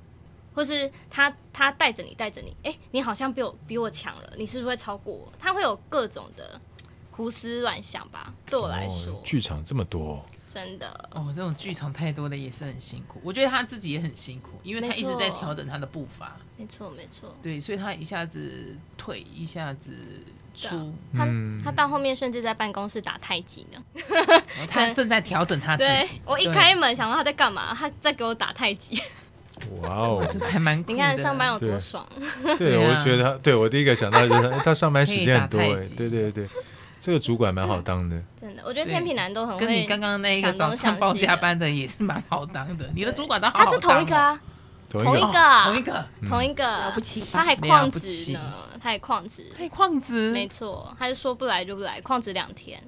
[SPEAKER 4] 或是他他带着你带着你，哎、你好像比我比我强了，你是不是会超过我？他会有各种的胡思乱想吧。对我来说，
[SPEAKER 1] 哦剧场这么多哦、
[SPEAKER 4] 真的
[SPEAKER 3] 哦，这种剧场太多的也是很辛苦。我觉得他自己也很辛苦，因为他
[SPEAKER 4] 没
[SPEAKER 3] 一
[SPEAKER 4] 错
[SPEAKER 3] 直在调整他的步伐。
[SPEAKER 4] 没错没错。
[SPEAKER 3] 对，所以他一下子退，一下子出，
[SPEAKER 4] 他、
[SPEAKER 1] 嗯
[SPEAKER 4] 他到后面甚至在办公室打太极呢。
[SPEAKER 3] 然后他正在调整他自
[SPEAKER 4] 对
[SPEAKER 3] 己。
[SPEAKER 4] 我一
[SPEAKER 3] 对
[SPEAKER 4] 开门想说他在干嘛，他在给我打太极。
[SPEAKER 1] 哇哦！
[SPEAKER 3] 这才蛮酷
[SPEAKER 4] 你
[SPEAKER 3] 的。
[SPEAKER 4] 看上班有
[SPEAKER 1] 对
[SPEAKER 4] 多爽，
[SPEAKER 1] 对，
[SPEAKER 3] 对
[SPEAKER 1] 我
[SPEAKER 3] 啊
[SPEAKER 1] 觉得他，对我第一个想到就是他，哎他上班时间很多
[SPEAKER 3] 可以
[SPEAKER 1] 哎
[SPEAKER 3] 打太，极
[SPEAKER 1] 对对对，这个主管蛮好当的，
[SPEAKER 4] 真的，我觉得
[SPEAKER 3] 对
[SPEAKER 4] 天秤男都很会。
[SPEAKER 3] 跟你刚刚那一个
[SPEAKER 4] 想东
[SPEAKER 3] 早上
[SPEAKER 4] 想
[SPEAKER 3] 报
[SPEAKER 4] 西
[SPEAKER 3] 加
[SPEAKER 4] 的
[SPEAKER 3] 班的也是蛮好当的，你的主管都好好
[SPEAKER 4] 他
[SPEAKER 3] 当
[SPEAKER 4] 就
[SPEAKER 3] 哦
[SPEAKER 4] 同一个啊，
[SPEAKER 1] 同
[SPEAKER 4] 同
[SPEAKER 1] 一
[SPEAKER 4] 一
[SPEAKER 1] 个
[SPEAKER 4] 个啊
[SPEAKER 3] 同一个
[SPEAKER 4] 同一个
[SPEAKER 2] 了不起吧
[SPEAKER 4] 他还
[SPEAKER 3] 嗯了
[SPEAKER 4] 旷
[SPEAKER 3] 不起
[SPEAKER 4] 职呢，他还旷职，
[SPEAKER 3] 太旷职
[SPEAKER 4] 没错，他就说不来就不来，旷职两天，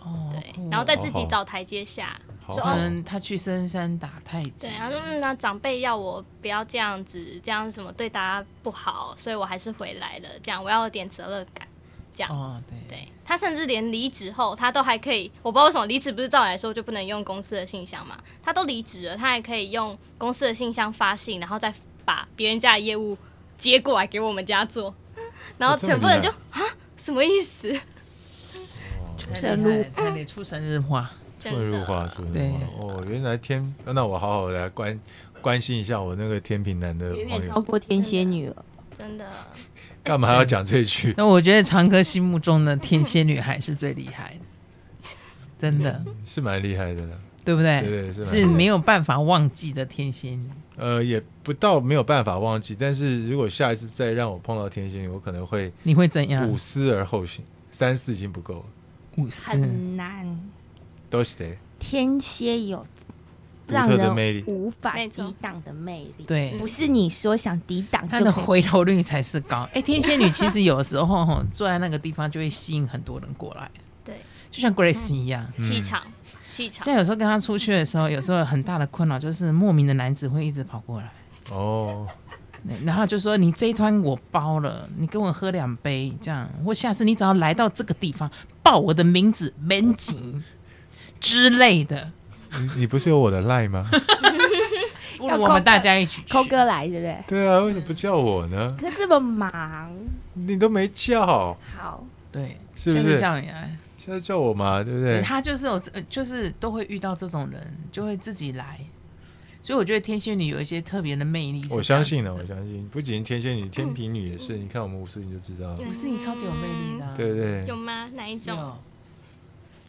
[SPEAKER 3] 哦
[SPEAKER 4] 对
[SPEAKER 3] 酷，
[SPEAKER 4] 然后再自
[SPEAKER 1] 好
[SPEAKER 4] 己
[SPEAKER 1] 好
[SPEAKER 4] 找台阶下，
[SPEAKER 1] 好
[SPEAKER 4] 说
[SPEAKER 1] 好
[SPEAKER 3] 可能他去深山打太极，
[SPEAKER 4] 对，他说嗯，那长辈要我不要这样子，这样什么对大家不好，所以我还是回来了，这样我要有点责任感，这样。
[SPEAKER 3] 哦对，
[SPEAKER 4] 对他甚至连离职后，他都还可以，我不知道为什么离职不是照理来说就不能用公司的信箱嘛？他都离职了，他还可以用公司的信箱发信，然后再把别人家的业务接过来给我们家做， 然后
[SPEAKER 1] 哦这么
[SPEAKER 4] 全部人
[SPEAKER 1] 厉
[SPEAKER 4] 就
[SPEAKER 1] 害
[SPEAKER 4] 啊、什么意思？
[SPEAKER 3] 出
[SPEAKER 2] 神入
[SPEAKER 3] 他得出神入化，
[SPEAKER 1] 出神
[SPEAKER 4] 真
[SPEAKER 1] 入化，
[SPEAKER 4] 的，
[SPEAKER 1] 出神
[SPEAKER 3] 对
[SPEAKER 1] 入化。哦，原来天，那我好好来关关心一下我那个天平男的
[SPEAKER 2] 远
[SPEAKER 1] 朋
[SPEAKER 2] 远超
[SPEAKER 1] 友，
[SPEAKER 2] 过天蝎女了。
[SPEAKER 4] 真的
[SPEAKER 1] 干嘛要讲这句？
[SPEAKER 3] 那我觉得长哥心目中的天蝎女孩是最厉害的，真 的，
[SPEAKER 1] 是蛮厉害的了，
[SPEAKER 3] 对不
[SPEAKER 1] 对对
[SPEAKER 3] 对？
[SPEAKER 1] 是蛮厉
[SPEAKER 3] 是
[SPEAKER 1] 害的
[SPEAKER 3] 没有办法忘记的天蝎女。
[SPEAKER 1] 呃，也不到没有办法忘记，但是如果下一次再让我碰到天蝎，我可能会
[SPEAKER 3] 你会怎样
[SPEAKER 1] 五？思而后行，三思已经不够了，
[SPEAKER 3] 五四
[SPEAKER 2] 很难。
[SPEAKER 1] 都是得
[SPEAKER 2] 天蝎有
[SPEAKER 1] 独
[SPEAKER 2] 让
[SPEAKER 1] 特的
[SPEAKER 2] 人
[SPEAKER 1] 魅力。
[SPEAKER 2] 无法
[SPEAKER 4] 没错
[SPEAKER 2] 抵挡的魅力，
[SPEAKER 3] 对
[SPEAKER 2] 不是你说想抵挡
[SPEAKER 3] 她
[SPEAKER 2] 嗯就
[SPEAKER 3] 的
[SPEAKER 2] 可以。
[SPEAKER 3] 回头率才是高。哎、天蝎 女其实有的时候吼坐在那个地方就会吸引很多人过来，
[SPEAKER 4] 对
[SPEAKER 3] 就
[SPEAKER 2] 嗯
[SPEAKER 3] 像 Grace 一样。
[SPEAKER 4] 气
[SPEAKER 1] 嗯
[SPEAKER 4] 场，气场
[SPEAKER 3] 像有时候跟她出去的时候，有时候很大的困扰就是莫名的男子会一直跑过来，
[SPEAKER 1] 哦，
[SPEAKER 3] 对然后就说你这一团我包了，你跟我喝两杯这样，或下次你只要来到这个地方报我的名字门
[SPEAKER 2] 嗯
[SPEAKER 3] 景之类的，
[SPEAKER 1] 你你不是有我的赖吗？
[SPEAKER 3] 不如我们大家一起去
[SPEAKER 2] 抠哥来，对不对？
[SPEAKER 1] 对啊，为什么不叫我呢？
[SPEAKER 2] 可是这么忙，
[SPEAKER 1] 你都没叫，
[SPEAKER 2] 好，
[SPEAKER 3] 对，
[SPEAKER 1] 是不
[SPEAKER 3] 就是这？样呀？
[SPEAKER 1] 现在叫我嘛，对不对？
[SPEAKER 3] 他就是有这，呃就是都会遇到这种人，就会自己来。所以我觉得天蝎女有一些特别的魅力。
[SPEAKER 1] 我相信
[SPEAKER 3] 了，
[SPEAKER 1] 了，我相信，不仅天蝎女，天平女也是。你看我们五四你就知道了，
[SPEAKER 4] 对
[SPEAKER 3] 不是你超级有魅力的啊、
[SPEAKER 1] 对不对？
[SPEAKER 4] 有吗？哪一种？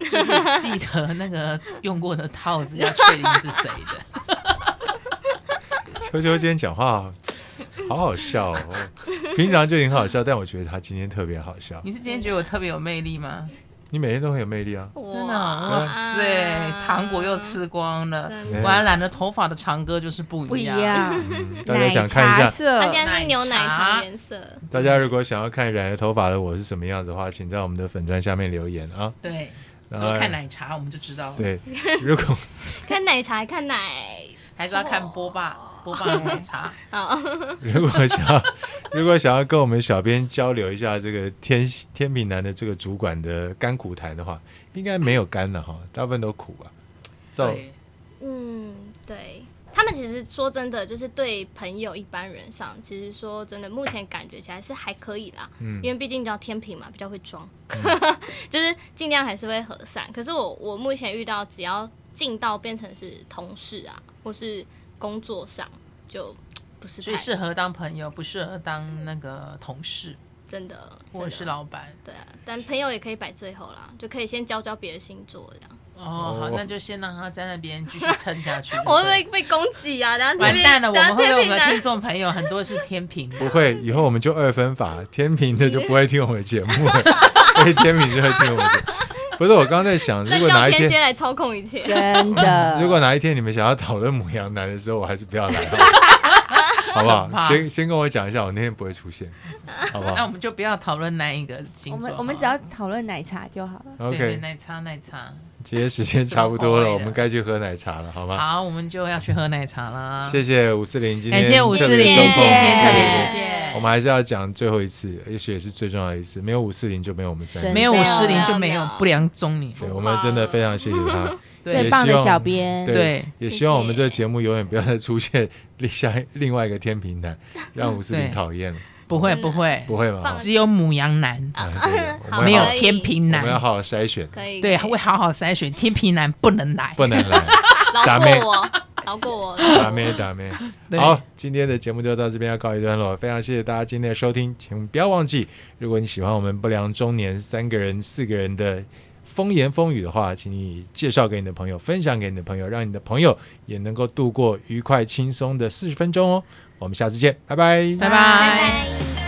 [SPEAKER 3] 有，就是记得那个用过的套子要确定是谁的。
[SPEAKER 1] 秋秋今天讲话好好笑哦，平常就已经很好笑，但我觉得他今天特别好笑。
[SPEAKER 3] 嗯你是今天觉得我特别有魅力吗？
[SPEAKER 1] 你每天都很有魅力啊。
[SPEAKER 3] 真的，哇塞，糖果又吃光了，
[SPEAKER 4] 真
[SPEAKER 1] 的
[SPEAKER 3] 完了呢，头发的长哥就是不
[SPEAKER 2] 不一
[SPEAKER 3] 一
[SPEAKER 2] 样。
[SPEAKER 1] 嗯 大家
[SPEAKER 2] 奶
[SPEAKER 1] 想看一
[SPEAKER 2] 茶
[SPEAKER 1] 下，
[SPEAKER 4] 它
[SPEAKER 2] 色，
[SPEAKER 4] 现在是牛奶糖颜色，
[SPEAKER 1] 大家如果想要看染了头发的我是什么样子的话，请在我们的粉砖下面留言啊。
[SPEAKER 3] 对，
[SPEAKER 1] 然后
[SPEAKER 3] 说看奶茶我们就知道了，
[SPEAKER 1] 对，如果
[SPEAKER 4] 看奶茶看奶，哦
[SPEAKER 3] 还是要看波霸波霸奶茶。
[SPEAKER 1] 如果想要 如果想要跟我们小编交流一下这个天天平男的这个主管的甘苦谈的话，应该没有甘了哈，大部分都苦啊吧。照
[SPEAKER 3] 对，
[SPEAKER 4] 嗯，对。他们其实说真的，就是对朋友一般人上，其实说真的，目前感觉起来是还可以啦。
[SPEAKER 1] 嗯
[SPEAKER 4] 因为毕竟叫天平嘛，比较会装，
[SPEAKER 3] 嗯
[SPEAKER 4] 就是尽量还是会和善。可是我我目前遇到，只要进到变成是同事啊，或是工作上，就不是
[SPEAKER 3] 所以
[SPEAKER 4] 太
[SPEAKER 3] 适合当朋友，不适合当那个同事
[SPEAKER 4] 真的，
[SPEAKER 3] 或者
[SPEAKER 4] 真
[SPEAKER 3] 是
[SPEAKER 4] 的
[SPEAKER 3] 老板。
[SPEAKER 4] 对啊。但朋友也可以摆最后啦，就可以先教教别的星座这样。。
[SPEAKER 3] 哦，好
[SPEAKER 1] 哦，
[SPEAKER 3] 那就先让他在那边继续撑下去
[SPEAKER 4] 我
[SPEAKER 3] 嗯
[SPEAKER 4] 会
[SPEAKER 3] 对
[SPEAKER 4] 不会被攻击啊？然后
[SPEAKER 3] 完蛋了，我们会有我们的听
[SPEAKER 4] 男
[SPEAKER 3] 众朋友很多是天 平的，
[SPEAKER 1] 不会，以后我们就二分法，天平的就不会听我们的节目了， 所以天平就会听我们的节目。不是，我刚刚在 想，如
[SPEAKER 4] 再
[SPEAKER 1] 果
[SPEAKER 4] 叫
[SPEAKER 1] 哪一
[SPEAKER 4] 天
[SPEAKER 1] 天
[SPEAKER 4] 蝎，来操控一切。
[SPEAKER 2] 真的。
[SPEAKER 1] 如果哪一天你们想要讨论母羊男的时候，我还是不要来了，好不
[SPEAKER 3] 很
[SPEAKER 1] 好？
[SPEAKER 3] 怕
[SPEAKER 1] 先先跟我讲一下，我那天不会出现，好不
[SPEAKER 3] 那
[SPEAKER 1] 好
[SPEAKER 3] 我们就不要讨论哪一个星
[SPEAKER 2] 我
[SPEAKER 3] 座好
[SPEAKER 2] 们
[SPEAKER 3] 了。
[SPEAKER 2] 我们只要讨论奶茶就好了。
[SPEAKER 3] 对对
[SPEAKER 1] ？OK，
[SPEAKER 3] 奶茶奶茶。
[SPEAKER 1] 今天时间差不多了，
[SPEAKER 3] 什么口味的
[SPEAKER 1] 我们该去喝奶茶了，好吗？
[SPEAKER 3] 好，我们就要去喝奶茶啦。
[SPEAKER 1] 谢谢五四零，今天
[SPEAKER 3] 啊感谢五四
[SPEAKER 1] 特别
[SPEAKER 3] 零，
[SPEAKER 1] 抽
[SPEAKER 3] 今
[SPEAKER 1] 空
[SPEAKER 3] 天特别
[SPEAKER 1] 对
[SPEAKER 3] 谢谢。
[SPEAKER 1] 我们还是要讲最后一次，也许也是最重要的一次，没有五四零就没有我们三个
[SPEAKER 2] 对
[SPEAKER 3] 没有五四
[SPEAKER 4] 没
[SPEAKER 3] 零
[SPEAKER 4] 有
[SPEAKER 3] 就没有不良中年。
[SPEAKER 1] 对，我们真的非常谢谢他。
[SPEAKER 3] 对
[SPEAKER 2] 最棒的小编，
[SPEAKER 1] 对
[SPEAKER 3] 对，
[SPEAKER 1] 也
[SPEAKER 4] 谢
[SPEAKER 1] 希望我们
[SPEAKER 4] 谢
[SPEAKER 1] 这个节目永远不要再出现另下另外一个天平男，让吴思
[SPEAKER 3] 对
[SPEAKER 1] 玲讨厌了。
[SPEAKER 3] 不会不会，
[SPEAKER 1] 不会吗
[SPEAKER 4] 放？
[SPEAKER 3] 只有母羊男，
[SPEAKER 1] 啊对对我
[SPEAKER 4] 好
[SPEAKER 1] 们
[SPEAKER 3] 没
[SPEAKER 1] 要
[SPEAKER 3] 有
[SPEAKER 1] 好
[SPEAKER 4] 可以
[SPEAKER 3] 天平
[SPEAKER 1] 我们要
[SPEAKER 3] 男。
[SPEAKER 1] 好好筛选，
[SPEAKER 4] 可以
[SPEAKER 3] 对，
[SPEAKER 4] 可以
[SPEAKER 3] 会好好筛选，天平男不能来。
[SPEAKER 1] 不能来，
[SPEAKER 4] 饶
[SPEAKER 1] 打妹
[SPEAKER 4] 过我，饶过我。
[SPEAKER 1] 打咩打咩。
[SPEAKER 3] 对
[SPEAKER 1] 好，今天的节目就到这边要告一段落，非常谢谢大家今天的收听，请不要忘记，如果你喜欢我们不良中年三个人、四个人的。风言风语的话，请你介绍给你的朋友，分享给你的朋友，让你的朋友也能够度过愉快轻松的四十分钟哦。我们下次见，拜拜
[SPEAKER 3] 拜拜。
[SPEAKER 4] 拜拜。